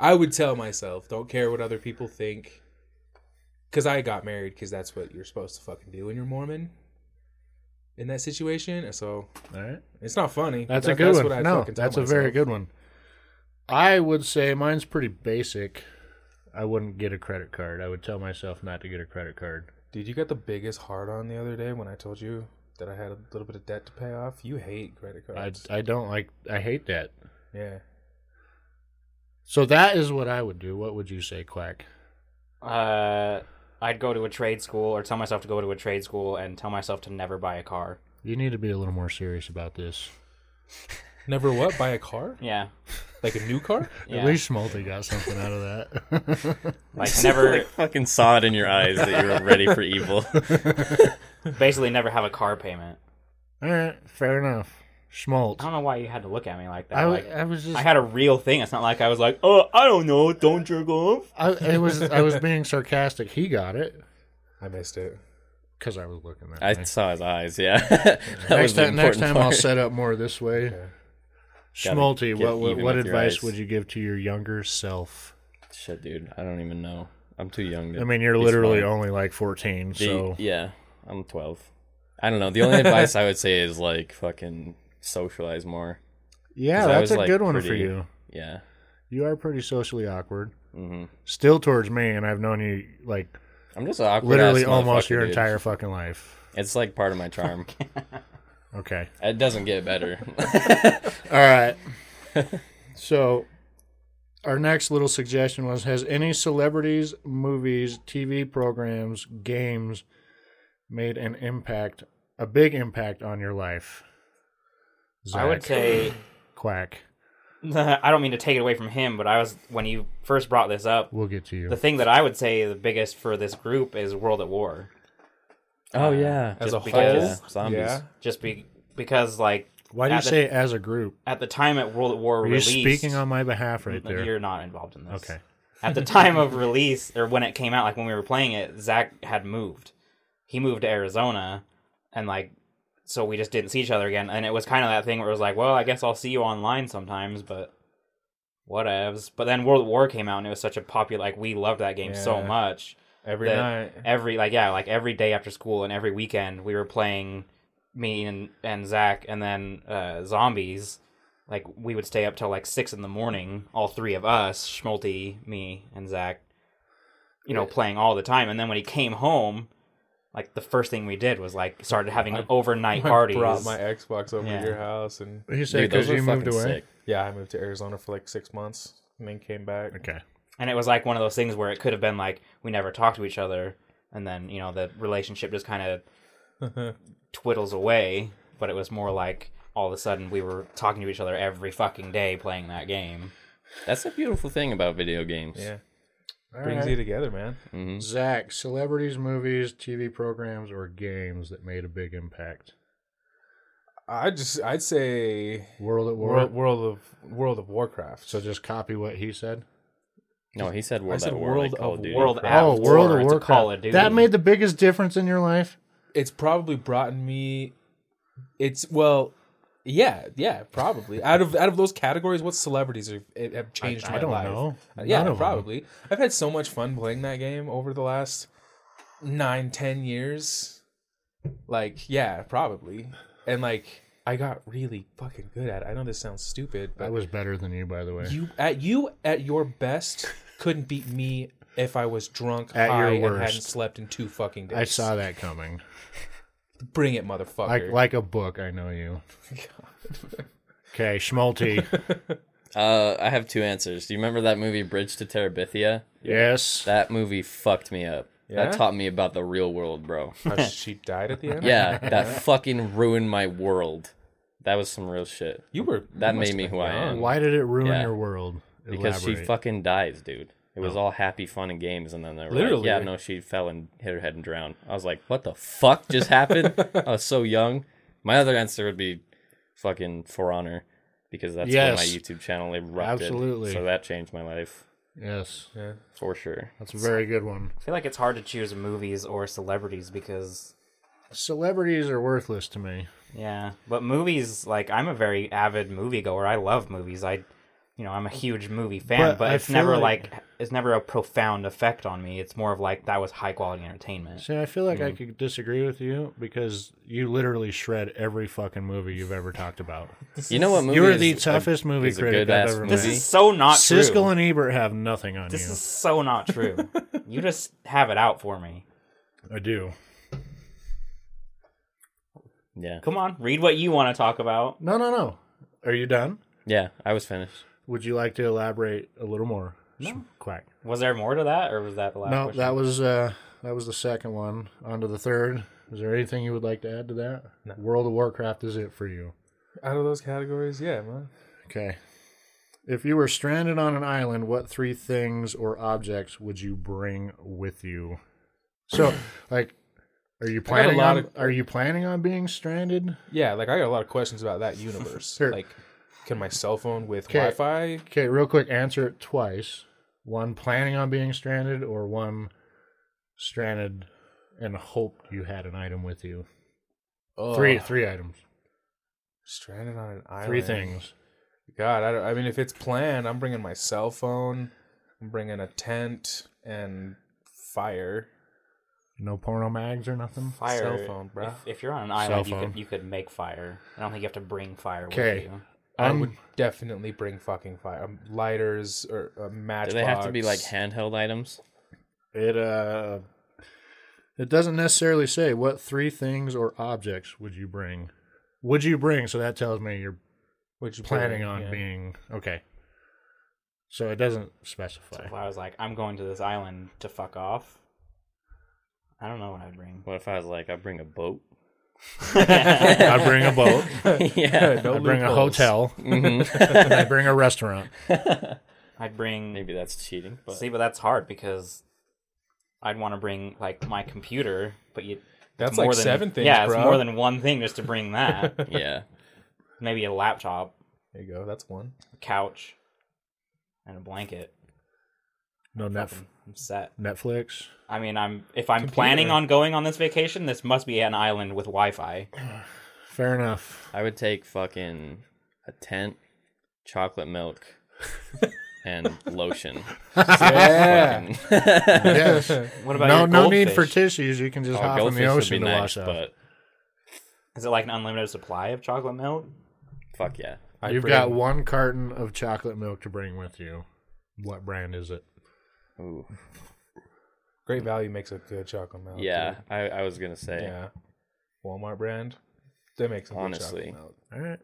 S1: I would tell myself don't care what other people think. Cause I got married, cause that's what you're supposed to fucking do when you're Mormon. In that situation, and so
S2: all right.
S1: it's not funny. but
S2: That's a
S1: that-
S2: good
S1: that's
S2: one.
S1: what I
S2: no,
S1: fucking tell
S2: that's a very
S1: myself.
S2: good one. I would say mine's pretty basic. I wouldn't get a credit card. I would tell myself not to get a credit card.
S1: Dude, you got the biggest hard on the other day when I told you that I had a little bit of debt to pay off. You hate credit
S2: I,
S1: cards.
S2: I don't like. I hate that.
S1: yeah.
S2: So that is what I would do. What would you say, Quack?
S3: Uh, I'd go to a trade school or tell myself to go to a trade school and tell myself to never buy a car.
S2: You need to be a little more serious about this.
S1: Never what? Buy a car?
S3: Yeah.
S1: Like a new car?
S3: yeah.
S2: At least Smolte got something out of that.
S3: like never
S4: fucking saw it in your eyes that you were ready for evil.
S3: basically never have a car payment.
S2: All right, fair enough. Schmaltz.
S3: I don't know why you had to look at me like that.
S2: I, w-
S3: like,
S2: I was just.
S3: I had a real thing. It's not like I was like, "Oh, I don't know, don't jerk off."
S2: I, it was. I was being sarcastic. He got it
S1: I missed it.
S2: because I was looking at.
S4: I saw his eyes. Yeah, that
S2: next
S4: was the
S2: time, next
S4: important
S2: time I'll
S4: part.
S2: set up more this way. Schmalti,
S4: get
S2: what what,
S4: even
S2: what
S4: with your
S2: advice
S4: eyes.
S2: would you give to your younger self?
S4: Shit, dude, I don't even know. I'm too young. To
S2: I mean, you're
S4: be
S2: literally
S4: smart.
S2: only like 14,
S4: The-
S2: so
S4: yeah, I'm 12. I don't know. The only advice I would say is like fucking socialize more.
S2: yeah,
S4: 'Cause I
S2: that's
S4: was,
S2: a
S4: like,
S2: good one for
S4: pretty-
S2: you.
S4: Yeah,
S2: You are pretty socially awkward,
S4: hmm
S2: still towards me, and I've known you like
S4: I'm just an awkward.
S2: literally
S4: ass
S2: almost
S4: motherfucker,
S2: your
S4: dude.
S2: entire fucking life.
S4: It's like part of my charm.
S2: Okay,
S4: it doesn't get better.
S2: all right. so Our next little suggestion was Has any celebrities, movies, TV programs, games made an impact, a big impact on your life?
S3: I would
S2: Zach,
S3: say
S2: Quack.
S3: I don't mean to take it away from him, but I was when you first brought this up,
S2: We'll get to you.
S3: the thing that I would say the biggest for this group is World at War.
S4: Oh yeah,
S1: as
S3: Just
S1: a whole.
S3: because-
S4: yeah, zombies.
S1: Yeah.
S3: Just be because like
S2: Why do you
S3: at the-
S2: say as a group?
S3: at the time at World at War
S2: Are you
S3: released,
S2: speaking on my behalf right
S3: No,
S2: there?
S3: You're not involved in this.
S2: Okay.
S3: At the time of release, or when it came out, like when we were playing it, Zach had moved. He moved to Arizona, and like, so we just didn't see each other again. And it was kind of that thing where it was like, well, I guess I'll see you online sometimes, but whatevs. But then World War came out, and it was such a popular. Like we loved that game so
S1: Yeah.
S3: much.
S1: Every
S3: that
S1: night.
S3: every like yeah, like every day after school and every weekend we were playing me and and Zach and then uh, zombies. Like we would stay up till like six in the morning, all three of us, Schmulty, me, and Zach. You know, playing all the time, and then when he came home, like the first thing we did was like started having
S1: I-
S3: overnight
S1: I
S3: parties.
S1: brought my Xbox over
S3: Yeah.
S1: to your house, and
S2: You say
S4: Dude,
S2: because
S4: those are
S2: you
S4: fucking
S2: moved away?
S4: sick.
S1: yeah, I moved to Arizona for like six months, and then came back.
S2: Okay.
S3: and it was like one of those things where it could have been like we never talked to each other, and then you know the relationship just kind of twiddles away, but it was more like all of a sudden we were talking to each other every fucking day playing that game.
S4: That's a beautiful thing about video games.
S1: yeah,
S2: All
S1: brings
S2: right.
S1: you together, man.
S4: Mhm.
S2: Zach, celebrities, movies, TV programs, or games that made a big impact.
S1: I just, I'd say
S2: World at War.
S1: World, World of World of Warcraft.
S2: So just copy what he said.
S4: No, he said
S1: I
S4: World
S1: said
S4: at War.
S1: World
S4: like Call
S1: of
S4: of Duty.
S3: World
S4: crap.
S3: at
S2: Oh,
S3: War. it's a Call of Duty.
S2: That made the biggest difference in your life.
S1: it's probably brought me. It's well, yeah, yeah, probably out of out of those categories, what celebrities have, have changed
S2: I
S1: my
S2: don't
S1: life? Uh,
S2: know. None
S1: Yeah,
S2: of 'em.
S1: probably. I've had so much fun playing that game over the last nine, ten years. Like, yeah, probably. And like, I got really fucking good at it. I know this sounds stupid,
S2: I
S1: but
S2: was better than you, by the way.
S1: you at you at your best couldn't beat me if I was drunk,
S2: At your
S1: high, and
S2: worst.
S1: hadn't slept in two fucking days.
S2: I saw that coming.
S1: Bring it,
S2: Like
S1: motherfucker.
S2: like a book, I know you. Okay, Schmalti.
S4: Uh, I have two answers. Do you remember that movie Bridge to Terabithia?
S2: yes.
S4: That movie fucked me up.
S1: Yeah?
S4: That taught me about the real world, bro.
S1: How Oh, she died at the end.
S4: Yeah, that fucking ruined my world. That was some real shit.
S1: you were.
S4: That
S1: you must
S4: made me
S1: have
S4: who I
S1: been
S4: am.
S1: young.
S2: Why did it ruin
S4: Yeah.
S2: your world?
S4: Because she
S2: Elaborate.
S4: fucking dies, dude. It was all happy fun and games, and then they were
S1: Oh. Literally.
S4: like, "Yeah, no, she fell and hit her head and drowned." I was like, "What the fuck just happened?" I was so young. My other answer would be fucking For Honor, because that's where my
S2: Yes.
S4: YouTube channel erupted.
S2: Absolutely.
S4: So that changed my life
S2: Yes.
S4: for sure.
S2: That's a very good one.
S3: I feel like it's hard to choose movies or celebrities because
S2: Celebrities are worthless to me.
S3: yeah, but movies like I'm a very avid moviegoer. I love movies. I you know, I'm a huge movie fan,
S2: But
S3: but,
S2: I
S3: it's
S2: feel
S3: never
S2: like-
S3: like... it's never a profound effect on me. It's more of like that was high quality entertainment.
S2: See, I feel like I could disagree with you because you literally shred every fucking movie you've ever talked about.
S4: You know what movie?
S2: You are
S4: is
S2: the
S4: a-
S2: toughest movie
S4: is a
S2: critic
S4: good-ass
S2: I've ever
S4: movie?
S3: This
S2: met.
S3: is so not true.
S2: Siskel and Ebert have nothing on
S3: This
S2: you.
S3: is so not true. you just have it out for me.
S2: I do.
S4: Yeah,
S3: Come on, read what you want to talk about.
S2: No, no, no. Are you done?
S4: yeah. I was finished.
S2: Would you like to elaborate a little more? No. Quack.
S3: Was there more to that, or was that the last
S2: No,
S3: question?
S2: that was uh, that was the second one. On to the third. Is there anything you would like to add to that? World of Warcraft is it for you.
S1: Out of those categories, yeah, man.
S2: Okay. If you were stranded on an island, what three things or objects would you bring with you? So, like, are you
S1: got a
S2: planning
S1: lot
S2: on
S1: of-
S2: are you planning on being stranded?
S1: Yeah, like I got a lot of questions about that universe.
S2: Sure.
S1: Like, can my cell phone with
S2: 'Kay.
S1: Wi-Fi?
S2: Okay, real quick, answer it twice. One planning on being stranded, or one stranded and hoped you had an item with you.
S1: Ugh.
S2: Three, three items,
S1: Stranded on an island.
S2: three things.
S1: God, I, don't, I mean, if it's planned, I'm bringing my cell phone. I'm bringing a tent and fire.
S2: No porno mags or nothing.
S3: fire.
S1: Cell phone, bruh.
S3: If, if you're on an
S2: Cell
S3: island, you
S2: phone.
S3: could, you could make fire. I don't think you have to bring fire with
S2: Okay.
S3: you.
S1: I
S2: Um,
S1: would definitely bring fucking fire, um, lighters or a matchbox.
S4: Do they have to be like handheld items?
S2: It uh, it doesn't necessarily say what three things or objects would you bring. Would you bring? So that tells me you're
S1: Which
S2: planning on
S1: yeah.
S2: being okay. So it doesn't
S3: So
S2: specify.
S3: if I was like, I'm going to this island to fuck off, I don't know what I'd bring.
S4: What if I was like, I bring a boat?
S2: I bring a boat.
S4: yeah. Mm-hmm.
S1: No
S2: I bring a
S1: loopholes.
S2: hotel. and I bring a restaurant.
S3: I'd bring.
S4: Maybe that's cheating, but
S3: See, but that's hard because I'd want to bring like my computer, but you.
S1: That's
S3: more
S1: like
S3: than,
S1: seven things,
S3: Yeah,
S1: bro.
S3: it's more than one thing just to bring that.
S4: yeah.
S3: Maybe a laptop,
S1: There you go. That's one.
S3: a couch, and a blanket.
S2: No Netf-
S3: Fucking- I'm set.
S2: Netflix.
S3: I mean, I'm if I'm planning on going on this vacation, this must be an island with Wi-Fi.
S2: Fair enough.
S4: I would take fucking a tent, chocolate milk, and lotion.
S1: Yeah.
S4: Fucking-
S2: Yes.
S3: What about
S2: no
S3: your
S2: no need for
S3: goldfish?
S2: tissues. You can just
S4: oh,
S2: hop in the
S4: goldfish
S2: ocean
S4: would be
S2: to
S4: nice,
S2: wash out.
S4: but
S3: Is it like an unlimited supply of chocolate milk?
S4: fuck yeah.
S1: I
S2: You've
S1: bring-
S2: got one carton of chocolate milk to bring with you. What brand is it?
S4: Ooh.
S1: Great Value makes a good chocolate milk.
S4: Yeah,
S1: dude.
S4: I, I was gonna say.
S1: Yeah. Walmart brand. That makes a good
S4: Honestly.
S1: chocolate milk.
S2: All right.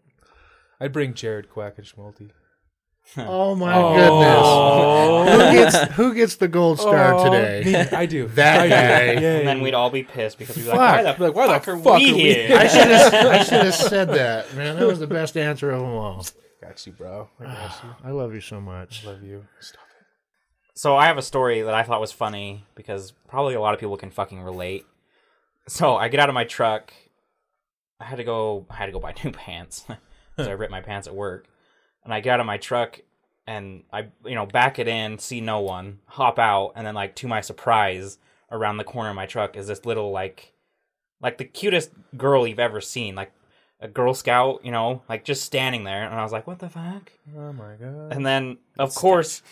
S1: I'd bring Jared Quack and Schmalti.
S2: Oh my Oh. goodness. Who gets who gets the gold star today?
S1: Me, I do.
S2: That
S1: I do.
S2: guy.
S1: Yay.
S3: And then we'd all be pissed because we'd be like, why the,
S1: Fuck. Like, why the
S3: fuck, are
S1: fuck
S3: we
S1: are we
S3: here?
S2: I should have I should have said that, man. That was the best answer of them all.
S1: got you, bro. I got you.
S2: I love you so much.
S1: Love you. Stop it.
S3: so I have a story that I thought was funny because probably a lot of people can fucking relate. So I get out of my truck. I had to go. I had to go buy new pants. so I ripped my pants at work, and I get out of my truck and I, you know, back it in, see no one, hop out, and then like to my surprise, around the corner of my truck is this little like, like the cutest girl you've ever seen, like a Girl Scout, you know, like just standing there, and I was like, what the fuck?
S1: Oh my god.
S3: and then of course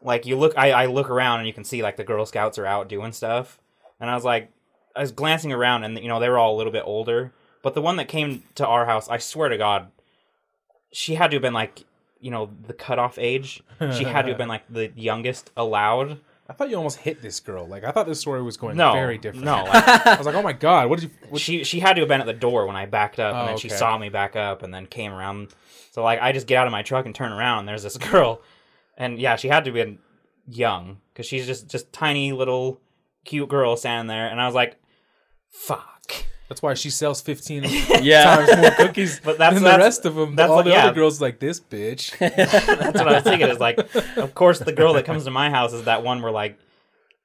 S3: like you look I, I look around and you can see like the girl scouts are out doing stuff and i was like i was glancing around and you know they were all a little bit older but the one that came to our house i swear to god she had to have been like you know the cutoff age she had to have been like the youngest allowed
S1: I thought you almost hit this girl. Like I thought this story was going
S3: no
S1: very different.
S3: no like,
S1: I was like, oh my god, what did you? What,
S3: she she had to have been at the door when i backed up
S1: Oh,
S3: and then she
S1: okay.
S3: saw me back up and then came around so like i just get out of my truck and turn around and there's this girl and yeah, she had to be young because she's just just tiny little cute girl standing there, and I was like, "Fuck."
S1: that's why she sells fifteen
S4: Yeah.
S1: times more cookies
S3: But that's-
S1: than the
S3: that's-
S1: rest of them.
S3: that's
S1: all
S3: what-
S1: the
S3: yeah.
S1: other girls like this bitch.
S3: That's what I was thinking. Is like, of course, the girl that comes to my house is that one where like,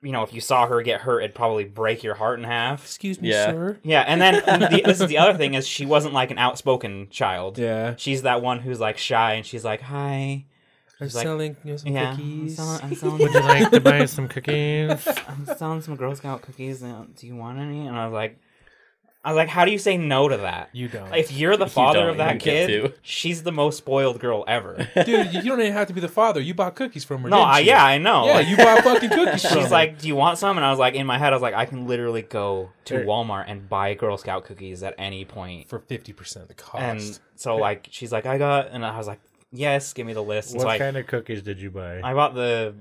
S3: you know, if you saw her get hurt, it'd probably break your heart in half.
S1: Excuse me,
S4: Yeah.
S1: sir.
S3: Yeah, and then and the, this is the other thing is she wasn't like an outspoken child.
S1: Yeah,
S3: She's that one who's like shy and she's like, "Hi."
S1: I'm
S3: She's like,
S1: selling you some
S3: Yeah, I'm
S1: cookies.
S3: selling, I'm selling
S2: Would you like to buy some cookies?
S3: I'm selling some Girl Scout cookies. uh, Do you want any? And I was like, I was like, how do you say no to that?
S1: You don't.
S3: If you're the father
S4: don't,
S3: of
S4: you
S3: that kid,
S4: get to.
S3: she's the most spoiled girl ever.
S1: Dude, you you don't even have to be the father. You bought cookies from her.
S3: no,
S1: didn't
S3: I,
S1: you?
S3: yeah, I know.
S1: yeah.
S3: Like,
S1: You bought fucking cookies. from
S3: she's
S1: her.
S3: like, do you want some? And I was like, in my head, I was like, I can literally go to Walmart and buy Girl Scout cookies at any point.
S1: for fifty percent of the cost.
S3: And so like, she's like, I got, and I was like, yes, give me the list. And
S2: What
S3: so I,
S2: kind of cookies did you buy?
S3: I bought the,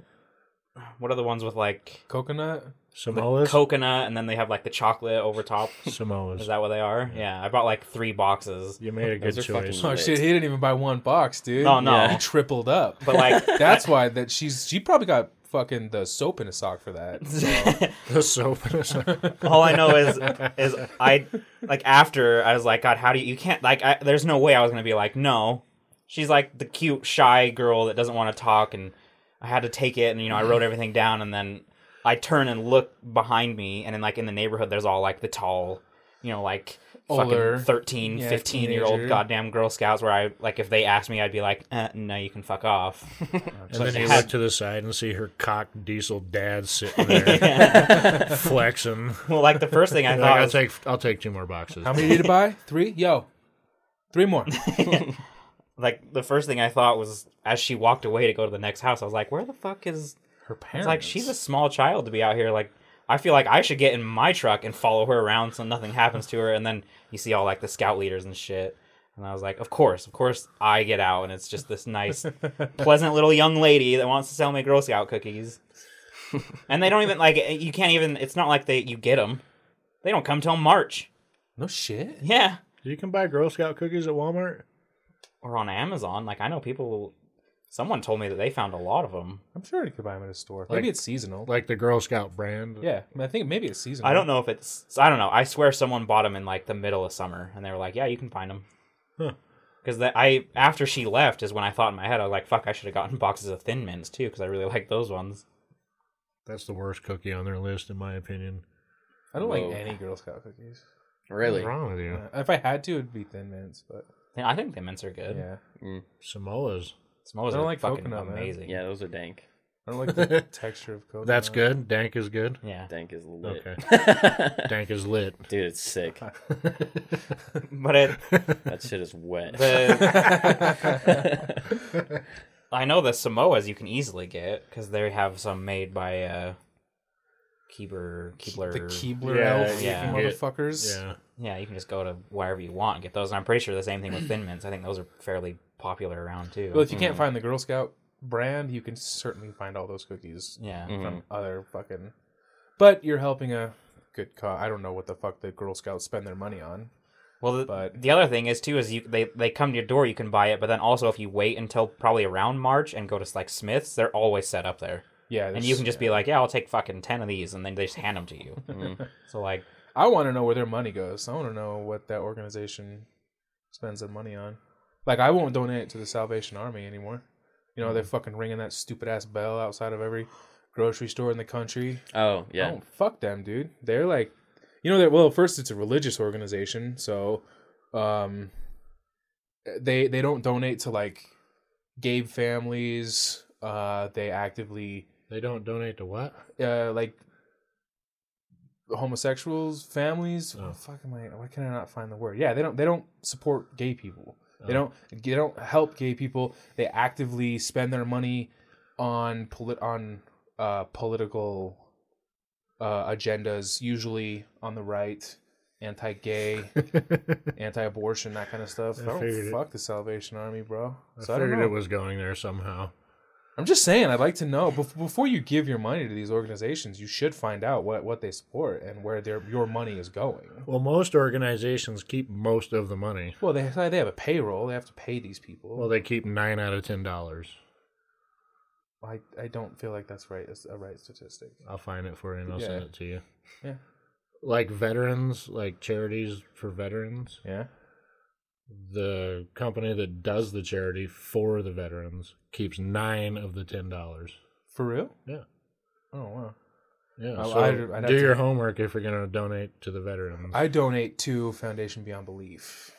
S3: what are the ones with like
S1: Coconut.
S2: Samoas?
S3: coconut, and then they have like the chocolate over top. Is
S2: Samoas.
S3: that what they are? Yeah, I bought like three boxes.
S2: You made a good
S4: Those are fucking-
S2: choice.
S1: Oh
S4: Right.
S1: shit, he didn't even buy one box, dude.
S3: No, no.
S1: he tripled up.
S3: But like,
S1: That's why that she's she probably got fucking the soap in a sock for that.
S2: The soap.
S3: all I know is is I like after I was like, God, how do you? You can't like. I, there's no way I was gonna be like, no. She's like the cute, shy girl that doesn't want to talk, and I had to take it, and you know, I wrote everything down, and then I turn and look behind me, and then like in the neighborhood, there's all like the tall, you know, like.
S1: Older.
S3: Fucking 13,
S1: Yeah,
S3: 15 year old
S1: teenager.
S3: goddamn Girl Scouts, where I, like, if they asked me, I'd be like, uh, no, you can fuck off.
S2: And then you
S3: had-
S2: look to the side and see her cock diesel dad sitting there flexing.
S3: well, like, the first thing I
S2: Like,
S3: thought
S2: I'll
S3: was,
S2: take I'll take two more boxes.
S1: How many did you buy? Three? Yo. Three more.
S3: like the first thing I thought was as she walked away to go to the next house, I was like, where the fuck is
S1: Her
S3: it's
S1: parents.
S3: like she's a small child to be out here like I feel like I should get in my truck and follow her around so nothing happens to her and then you see all like the scout leaders and shit. And I was like, of course, of course I get out and it's just this nice pleasant little young lady that wants to sell me Girl Scout cookies. and they don't even like you can't even it's not like they you get them. They don't come till March.
S1: no shit.
S3: Yeah.
S2: You can buy Girl Scout cookies at Walmart.
S3: Or on Amazon, like I know people Someone told me that they found a lot of them.
S1: I'm sure you could buy them at a store. Maybe
S2: Like-
S1: it's seasonal.
S2: Like the Girl Scout brand.
S1: yeah, I, mean, I think maybe it's seasonal.
S3: I don't know if it's. I don't know. I swear someone bought them in like the middle of summer, and they were like, "Yeah, you can find them." Because that I after she left is when I thought in my head I was like, "Fuck, I should have gotten boxes of Thin Mints too, because I really like those ones."
S2: That's the worst cookie on their list, in my opinion.
S1: I don't
S4: Whoa.
S1: like any Girl Scout cookies.
S4: Really?
S2: What's wrong with you?
S1: Uh, If I had to, it'd be Thin Mints, but
S3: Yeah, I think Thin Mints are good.
S1: yeah,
S2: Samoa's.
S3: Samoas
S1: I don't
S3: are
S1: like
S3: fucking
S1: coconut, man.
S3: amazing.
S4: Yeah, those are dank.
S1: I don't like the texture of coconut.
S2: That's good. Dank is good.
S3: Yeah.
S4: Dank is lit.
S2: Dank is lit.
S4: Dude, it's sick.
S3: But it
S4: That shit is wet.
S3: the I know the Samoas you can easily get because they have some made by uh, Keebler Keebler.
S1: The Keebler
S2: Yeah,
S1: elf,
S3: you can
S2: get-
S1: motherfuckers.
S2: Yeah.
S3: yeah, you can just go to wherever you want and get those. And I'm pretty sure the same thing with Thin Mints. I think those are fairly popular around too.
S1: Well, if you can't find the Girl Scout brand, you can certainly find all those cookies
S3: yeah,
S1: from other fucking. But you're helping a good cause. I don't know what the fuck the Girl Scouts spend their money on.
S3: Well, the,
S1: But-
S3: the other thing is too is you they they come to your door, you can buy it, but then also if you wait until probably around March and go to like Smith's, they're always set up there,
S1: Yeah,
S3: and you can just be like, yeah, Mm-hmm. I'll take fucking ten of these, and then they just hand them to you. So like,
S1: I want to know where their money goes. I want to know what that organization spends their money on. Like, I won't donate to the Salvation Army anymore. You know, they're
S3: Mm.
S1: fucking ringing that stupid ass bell outside of every grocery store in the country.
S4: Oh, yeah.
S1: Oh, fuck them, dude. They're like, you know, that well, first it's a religious organization, so um, they they don't donate to like gay families. Uh, they actively
S2: They don't donate to what?
S1: uh like homosexuals, families. What the fuck am I? Why can I not find the word? Yeah, they don't they don't support gay people. They don't they don't help gay people. They actively spend their money on polit on uh, political uh, agendas, usually on the right, anti-gay, anti-abortion, that kind of stuff. I,
S2: figured
S1: don't
S2: it.
S1: fuck the Salvation Army, bro.
S2: I
S1: So I don't
S2: figured
S1: know.
S2: it was going there somehow.
S1: I'm just saying, I'd like to know bef- before you give your money to these organizations, you should find out what, what they support and where their your money is going.
S2: Well, most organizations keep most of the money.
S1: Well, they they have a payroll; they have to pay these people.
S2: Well, they keep nine out of ten dollars.
S1: I, I don't feel like that's right. That's a right statistic.
S2: I'll find it for you and I'll send
S1: Yeah.
S2: it to you.
S1: Yeah.
S2: Like veterans, like charities for veterans,
S1: Yeah.
S2: the company that does the charity for the veterans keeps nine of the ten dollars.
S1: For real?
S2: Yeah.
S1: Oh wow.
S2: Yeah.
S1: I'll-
S2: so
S1: I'd- I'd have
S2: do
S1: to-
S2: your homework if you're going to donate to the veterans. I,
S1: I donate to Foundation Beyond Belief.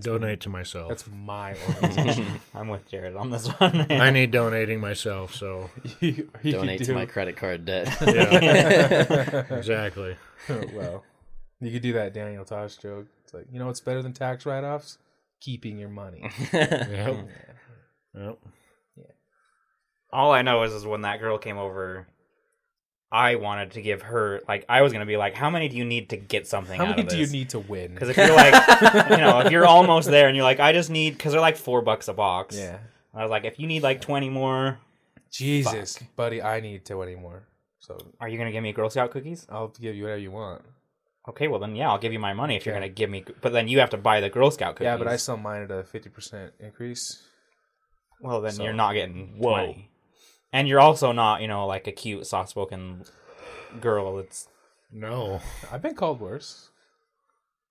S2: donate to myself.
S1: That's my organization.
S3: I'm with Jared on this one.
S2: I need donating myself, so
S1: you, you
S4: Donate
S1: could
S4: to
S1: do,
S4: my credit card debt.
S2: exactly.
S1: well, you could do that Daniel Tosh joke. It's like you know what's better than tax write offs? Keeping your money.
S2: Yep. Yep.
S3: all I know is, is when that girl came over, I wanted to give her like I was gonna be like, how many do you need to get something?
S1: How
S3: out
S1: many
S3: of
S1: do you
S3: this?"
S1: need to win?
S3: Because if you're like, you know, if you're almost there and you're like, I just need, because they're like four bucks a box.
S1: Yeah.
S3: I was like, if you need like 20 more,
S1: Jesus, buddy, I need to anymore. So
S3: are you going to give me Girl Scout cookies?
S1: I'll give you whatever you want.
S3: Okay, well then, yeah, I'll give you my money if you're going to give me, but then you have to buy the Girl Scout cookies.
S1: Yeah, but I sell mine at a fifty percent increase.
S3: well, then
S1: so-
S3: you're not getting Whoa. And you're also not, you know, like a cute, soft spoken girl that's
S2: No,
S1: I've been called worse.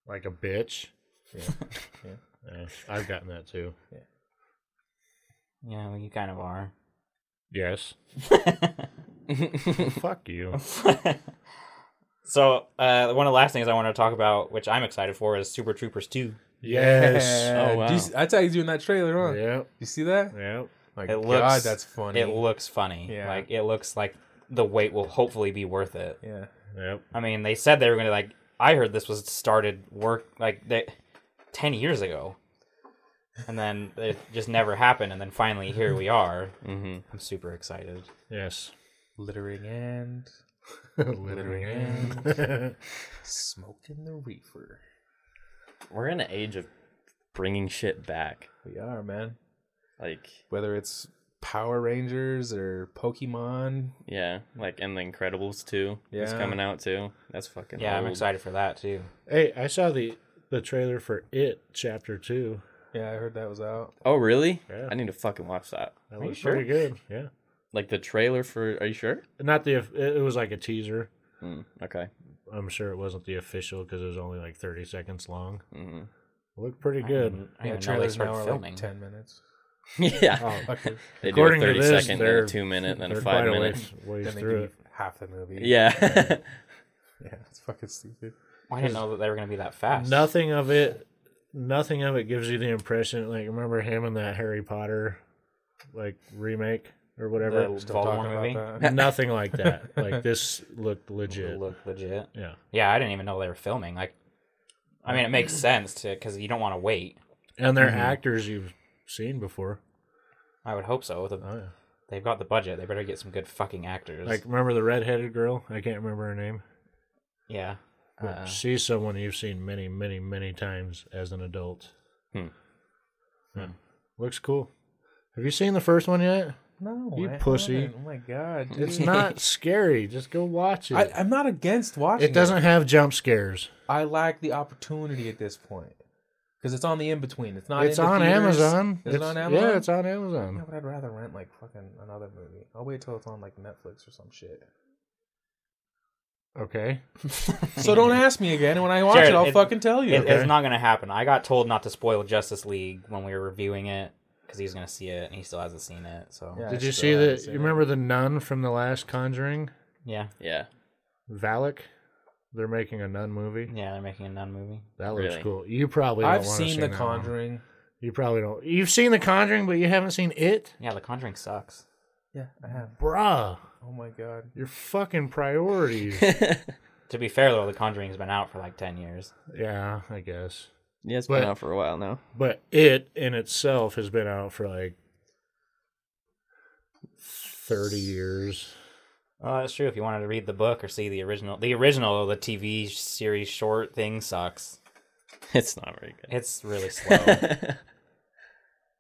S2: like a bitch.
S1: Yeah.
S2: Yeah, I've gotten that too.
S3: you know, you kind of are.
S2: Yes. Fuck you.
S3: So, uh, one of the last things I want to talk about, which I'm excited for, is Super Troopers 2.
S2: Yes.
S1: Yeah,
S4: Oh, wow.
S1: do you see- I tagged you in that trailer, huh?
S2: Yep.
S1: You see that?
S2: Yep.
S1: My
S3: It
S1: God,
S3: looks-
S1: that's funny.
S3: It looks funny.
S1: Yeah.
S3: Like, it looks like the wait will hopefully be worth it.
S1: yeah.
S2: Yep.
S3: I mean, they said they were gonna like. I heard this was started work like they, ten years ago, and then it just never happened. And then finally, here we are.
S4: hmm
S3: I'm super excited.
S2: Yes.
S1: Littering and
S2: Littering and
S1: smoking the reefer.
S4: We're in an age of bringing shit back.
S1: We are, man.
S4: Like,
S1: Whether it's Power Rangers or Pokemon.
S4: yeah, like, and The Incredibles too. Yeah. It's
S1: Yeah.
S4: coming out too. That's fucking
S3: Yeah, I'm
S4: old.
S3: excited for that too.
S2: Hey, I saw the the trailer for It Chapter Two.
S1: Yeah, I heard that was out.
S4: Oh, really?
S2: Yeah.
S4: I need to fucking watch that.
S2: That
S3: you
S2: looks
S3: sure?
S2: pretty good. Yeah.
S4: Like the trailer for. Are you sure?
S2: Not the. It it was like a teaser.
S4: Mm, okay.
S2: I'm sure it wasn't the official because it was only like 30 seconds long.
S4: hmm
S2: Looked pretty good.
S3: Mm-hmm. I
S1: yeah,
S3: didn't know they
S1: trailers
S3: started
S1: now are
S3: filming.
S1: like ten minutes.
S4: yeah.
S1: Oh, okay.
S4: They do a
S2: According to
S4: thirty second,
S2: this,
S4: then
S2: they're-
S4: a two minute, then a
S2: They're
S4: five
S2: quite a
S4: minute.
S2: ways- ways
S1: then they
S2: through
S1: give
S2: it.
S1: you half the movie.
S4: Yeah.
S1: yeah, it's fucking stupid.
S3: Well, I didn't know that they were going to be that fast.
S2: Nothing of it. Nothing of it gives you the impression. Like remember him in that Harry Potter, like remake or whatever.
S3: The
S1: Still talking
S3: Voldemort movie
S1: about that.
S2: nothing like that. Like this looked legit.
S3: look legit.
S2: Yeah.
S3: Yeah, I didn't even know they were filming. Like, I mean, it makes sense to because you don't want to wait.
S2: And
S1: Mm-hmm.
S2: they're actors you've seen before.
S3: I would hope so. The-
S2: Oh, yeah.
S3: They've got the budget. They better get some good fucking actors.
S2: Like remember the redheaded girl? I can't remember her name.
S3: yeah.
S2: But
S3: Uh,
S2: she's someone you've seen many, many, many times as an adult.
S4: Hmm.
S2: Yeah. Looks cool. Have you seen the first one yet?
S1: no,
S2: You
S1: I
S2: pussy.
S1: haven't. Oh my god, dude.
S2: It's not scary. Just go watch it.
S1: I, I'm not against watching.
S2: it doesn't have jump scares.
S1: I lack the opportunity at this point because it's on the in between. It's not.
S2: it's
S1: in the
S2: on
S1: theaters.
S2: Amazon.
S1: Is it
S2: It's-
S1: on Amazon?
S2: Yeah, it's on
S1: Yeah,
S2: Amazon.
S1: but I'd rather rent like fucking another movie. I'll wait till it's on like Netflix or some shit.
S2: Okay.
S1: So don't ask me again. And when I watch
S3: Jared,
S1: it, I'll
S3: it-
S1: fucking tell you.
S3: It- It's not going to happen. I got told not to spoil Justice League when we were reviewing it because he was going to see it and he still hasn't seen it. So
S1: Yeah.
S3: yeah,
S1: I
S2: Did you
S1: still
S2: see
S1: haven't
S2: the?
S1: seen
S2: You
S1: it.
S2: remember the nun from the last Conjuring?
S3: yeah,
S4: yeah.
S2: Valak. They're making a nun movie.
S3: they're making a nun movie.
S2: That looks
S4: Really?
S2: cool. You probably. Don't
S1: I've
S2: wanna
S1: seen
S2: see
S1: The
S2: that one.
S1: Conjuring.
S2: You probably don't. You've seen The Conjuring, but you haven't seen it,
S3: Yeah, The Conjuring sucks.
S1: Yeah, I have.
S2: bruh.
S1: Oh my god.
S2: Your fucking priorities.
S3: To be fair though, The Conjuring's been out for like ten years.
S2: yeah, I guess.
S4: Yeah, it's
S2: But-
S4: been out for a while now.
S2: But it in itself has been out for like thirty years.
S3: Oh, that's true. If you wanted to read the book or see the original, the original, the TV series short thing sucks.
S4: It's not very good.
S3: It's really slow.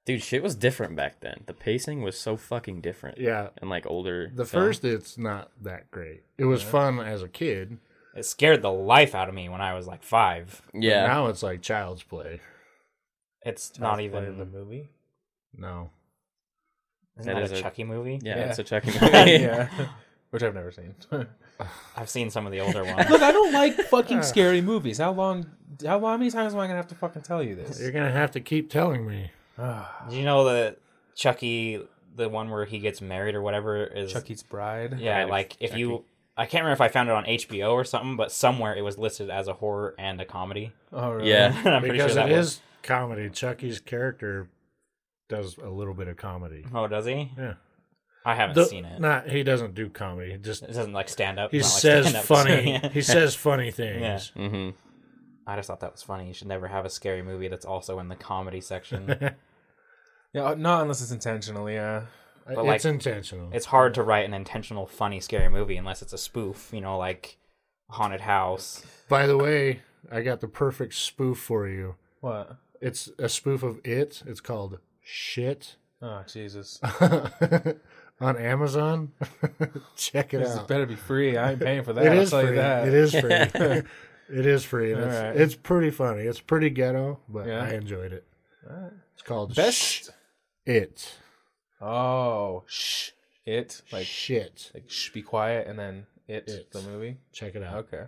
S4: Dude, shit was different back then. The pacing was so fucking different.
S2: Yeah.
S4: And like older.
S2: The
S4: film.
S2: first, it's not that great. It was fun as a kid.
S3: it scared the life out of me when I was like five.
S4: Yeah.
S2: Now it's like child's play.
S3: It's not
S1: Let's play
S3: even.
S1: the movie.
S2: No.
S3: Isn't
S4: That
S3: that,
S4: is
S3: a
S4: a-
S3: Chucky movie?
S4: yeah,
S1: Yeah.
S4: it's a checking
S1: yeah, which I've never seen.
S3: I've seen some of the older ones.
S1: Look, I don't like fucking scary movies. How long? How long? How many times am I gonna have to fucking tell you this?
S2: You're gonna have to keep telling me.
S1: Ah,
S3: Did you know that Chucky, the one where he gets married or whatever, is
S1: Chucky's Bride.
S3: yeah,
S4: Bride of
S3: like if you, I can't remember if I found it on HBO or something, but somewhere it was listed as a horror and a comedy.
S1: Oh, really?
S4: yeah.
S3: And I'm pretty sure
S2: Because
S3: that
S2: it
S3: was.
S2: is comedy. Chucky's character does a little bit of comedy.
S3: Oh, does he?
S2: Yeah.
S3: I haven't
S2: The-
S3: seen it.
S2: Not he doesn't do comedy. He Just
S3: It doesn't like stand up.
S2: he
S3: not, like,
S2: says
S3: stand-up.
S2: funny.
S3: Yeah.
S2: he says funny things.
S4: hmm
S3: I just thought that was funny. You should never have a scary movie that's also in the comedy section.
S1: Yeah, uh, not unless it's intentionally. Yeah.
S2: I-
S3: But, like,
S2: it's intentional.
S3: it's hard to write an intentional funny scary movie unless it's a spoof, you know, like Haunted House.
S2: By the way, I got the perfect spoof for you.
S1: What?
S2: It's a spoof of it. It's called shit
S1: Oh Jesus!
S2: on Amazon. Check it
S1: This
S2: out.
S1: better be free. I ain't paying for that.
S2: It
S1: I'll
S2: is
S1: tell
S2: free.
S1: you that.
S2: It is free. it is free. And it's,
S1: Alright.
S2: it's pretty funny. It's pretty ghetto, but
S1: Yeah.
S2: I enjoyed it. It's called
S1: best.
S2: Sh- It.
S1: Oh, shh! It like
S2: shit.
S1: like shh, be quiet, and then it,
S2: It.
S1: the movie.
S2: Check it out.
S1: Okay.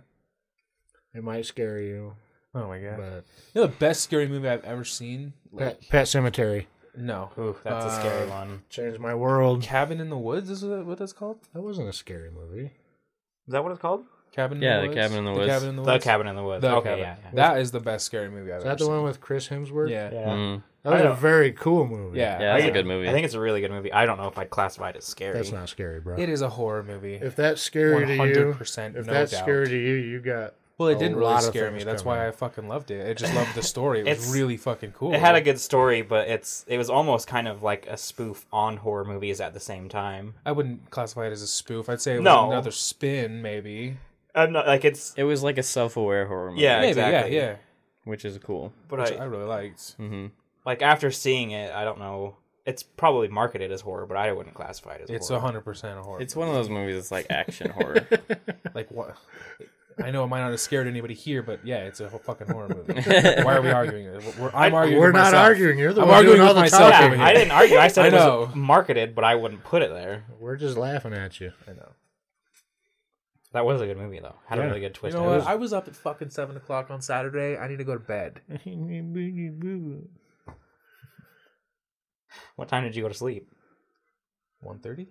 S2: It might scare you,
S1: Oh my god!
S2: but
S1: You know the best scary movie I've ever seen? Like,
S2: Pet, Pet Cemetery
S1: no.
S3: Ooh, that's a scary
S1: Uh,
S3: one.
S2: changed my world.
S1: Cabin in the Woods is what what that's called.
S2: That wasn't a scary movie.
S3: Is that what it's called?
S1: Cabin.
S4: Yeah,
S1: in the,
S4: The
S1: woods?
S4: Cabin in the Woods.
S1: The Cabin in the
S3: The
S1: Woods.
S3: Cabin in the Woods.
S1: The
S3: okay,
S1: Cabin.
S3: yeah, yeah.
S1: That is the best scary movie I've
S2: Is
S1: ever
S2: that the
S1: seen.
S2: one with Chris Hemsworth?
S1: Yeah. yeah.
S4: Mm.
S2: that was
S3: I
S2: a
S3: don't-
S2: very cool movie.
S4: Yeah, that's
S1: I-
S4: a good movie.
S3: I think it's a really good movie. I don't know if I'd classify it as scary.
S2: that's not scary, bro.
S1: It is a horror movie.
S2: If that's scary to you,
S1: 100%,
S2: if
S1: no
S2: that's
S1: doubt.
S2: scary to you, you got.
S1: well, it
S2: a
S1: didn't really
S2: lot of
S1: scare me.
S2: things
S1: That's
S2: coming.
S1: why I fucking loved it. I just loved the story. It was
S3: It's-
S1: really fucking cool.
S3: It had a good story, but it's it was almost kind of like a spoof on horror movies at the same time.
S1: I wouldn't classify it as a spoof. I'd say it was
S3: No.
S1: another spin, maybe.
S3: I'm not like it's
S4: it was like a self aware horror movie.
S3: Yeah.
S1: Maybe,
S3: exactly.
S1: yeah, yeah.
S4: Which is cool.
S3: but
S1: Which
S3: I-
S1: I really liked.
S4: hmm
S3: like after seeing it, I don't know. It's probably marketed as horror, but I wouldn't classify it as
S1: It's
S3: horror.
S1: hundred percent a horror.
S4: It's one of those movies that's like action horror.
S1: like what? I know it might not have scared anybody here, but yeah, it's a whole fucking horror movie. Why are we arguing? We're, I'm arguing.
S2: We're
S1: with
S2: not
S1: myself.
S2: arguing. You're the
S1: I'm
S2: one
S1: arguing
S2: doing all
S1: with
S2: the
S1: myself
S2: talking.
S1: over
S3: I
S1: here.
S3: didn't argue. I said
S1: I
S3: it
S1: know.
S3: was marketed, but I wouldn't put it there.
S2: We're just laughing at you.
S1: I know.
S3: That was a good movie though. Had
S2: Yeah.
S3: a really good
S1: You
S3: twist.
S1: know
S3: It
S1: what?
S3: was-
S1: I was up at fucking seven o'clock on Saturday. I need to go to bed.
S3: what time did you go to sleep?
S1: One thirty.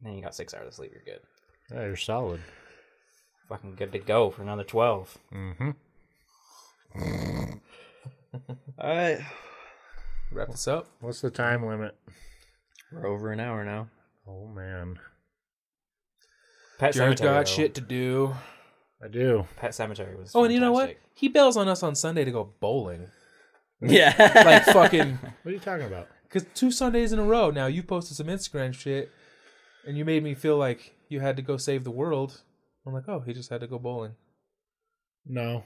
S3: Then you got six hours of sleep. You're good.
S2: Yeah, you're solid.
S3: Fucking good to go for another twelve.
S2: Mm-hmm.
S4: All right,
S1: Wrap this up.
S2: What's the time limit?
S4: we're over an hour now.
S2: Oh man,
S3: Pet
S1: Jared's
S3: Cemetery.
S1: got
S3: though.
S1: shit to do.
S2: I do.
S3: Pet Cemetery was.
S1: Oh, and you know what?
S3: fantastic.
S1: He bails on us on Sunday to go bowling.
S4: Yeah,
S1: Like fucking.
S2: What are you talking about?
S1: Because two Sundays in a row now, you posted some Instagram shit, and you made me feel like you had to go save the world. I'm like, oh, he just had to go bowling.
S2: No.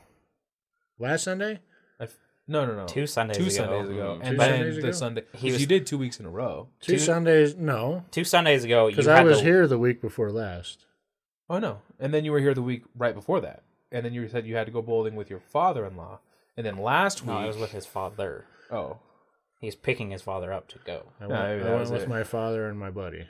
S2: Last Sunday?
S1: I f- no, no, no.
S3: Two Sundays
S1: two
S3: ago.
S1: Sundays ago,
S4: Mm.
S1: and
S2: Mm-hmm. Two
S1: then
S2: Sundays
S1: the
S2: ago?
S1: Sunday.
S3: He
S1: 'cause
S3: was-
S1: you did two weeks in a row.
S2: Two,
S3: Two-
S2: Sundays? No,
S3: Two Sundays ago, you
S2: because
S3: had
S2: I was
S3: the,
S2: here the week before last.
S1: Oh no! And then you were here the week right before that, and then you said you had to go bowling with your father-in-law, and then last week.
S3: No, I was with his father.
S1: oh,
S3: He's picking his father up to go.
S2: I
S1: No,
S2: went,
S1: maybe
S2: I
S1: that
S2: went
S1: was
S2: with
S1: it.
S2: my father and my buddy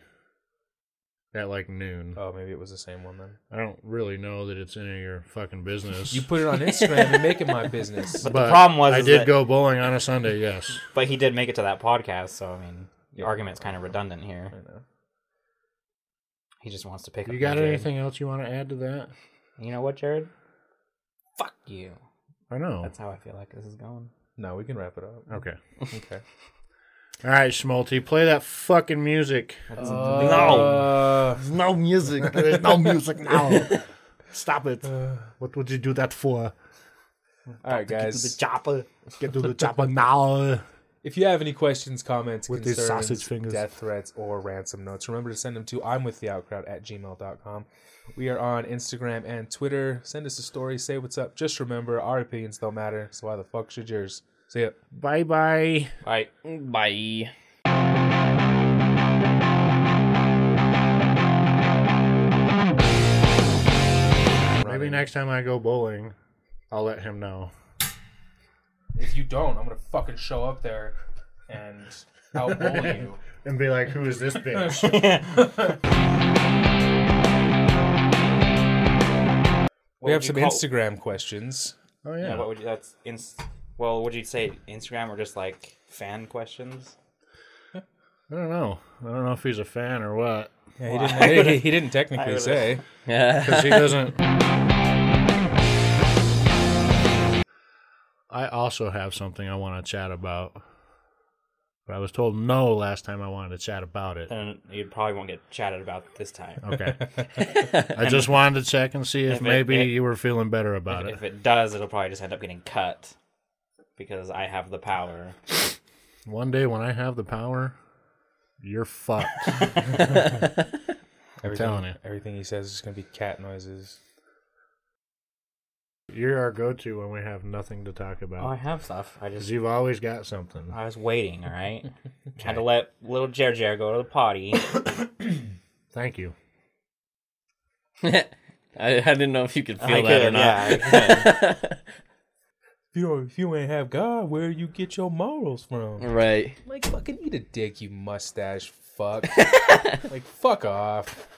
S2: at like noon.
S1: oh, maybe it was the same one then.
S2: I don't really know that it's any of your fucking business.
S1: You put it on Instagram and make it my business.
S3: But the problem was
S2: I
S3: is
S2: did
S3: that-
S2: go bowling on a Sunday. Yes,
S3: But he did make it to that podcast, so I mean, your argument's kind of redundant
S1: I
S3: here.
S1: know.
S3: He just wants to pick up.
S2: you
S3: on
S2: got
S3: Jared.
S2: anything else you want to add to that?
S3: You know what, Jared? Fuck you.
S2: I know.
S3: That's how I feel like this is going.
S1: No, we can wrap it up.
S2: Okay.
S1: Okay.
S2: All right, Schmalti, play that fucking music.
S1: no.
S2: There's no music. There's no music now. Stop it.
S1: Uh,
S2: What would you do that for?
S1: All right,
S3: To the
S1: guys.
S3: chopper.
S2: Get to the chopper now.
S1: If you have any questions, comments,
S2: With these
S1: concerns,
S2: sausage fingers.
S1: death threats, or ransom notes, remember to send them to I'm with the outcrowd at gmail.com. We are on Instagram and Twitter. Send us a story. Say what's up. Just remember, our opinions don't matter. So why the fuck should yours? See ya.
S2: Bye bye.
S3: Right.
S4: Bye.
S2: Maybe next time I go bowling, I'll let him know.
S1: If you don't, I'm gonna fucking show up there and outbowl you.
S2: And be like, who is this bitch?
S1: We have
S3: would you
S1: some
S3: call-
S1: Instagram questions.
S2: oh,
S3: Yeah,
S2: yeah.
S3: what would you? That's inst. Well, would you say Instagram or just like fan questions?
S2: I don't know. I don't know if he's a fan or what.
S1: Yeah, he, didn't, he, he didn't
S3: I
S1: technically
S3: would've-
S1: say.
S4: Yeah.
S2: Because he doesn't. I also have something I want to chat about. But I was told no last time I wanted to chat about it.
S3: Then you probably won't get chatted about this time.
S2: Okay. I just wanted to check and see if,
S3: If it-
S2: maybe
S3: it-
S2: you were feeling better about it.
S3: If it does, it'll probably just end up getting cut because I have the power.
S2: One day when I have the power, you're fucked.
S1: Everything-
S2: telling you.
S1: Everything he says is just gonna be cat noises.
S2: you're our go-to when we have nothing to talk
S3: Oh, I
S2: about.
S3: have stuff. I
S2: Because
S3: just
S2: you've always got something.
S3: I was waiting. All right, had to let little Jer Jer go to the potty.
S2: Thank you.
S4: I, I didn't know if you could feel
S3: I
S4: that
S3: could,
S4: or not.
S1: If you if you ain't have God, where you get your morals from?
S4: right.
S1: Like fucking eat a dick, you mustache fuck. like fuck off.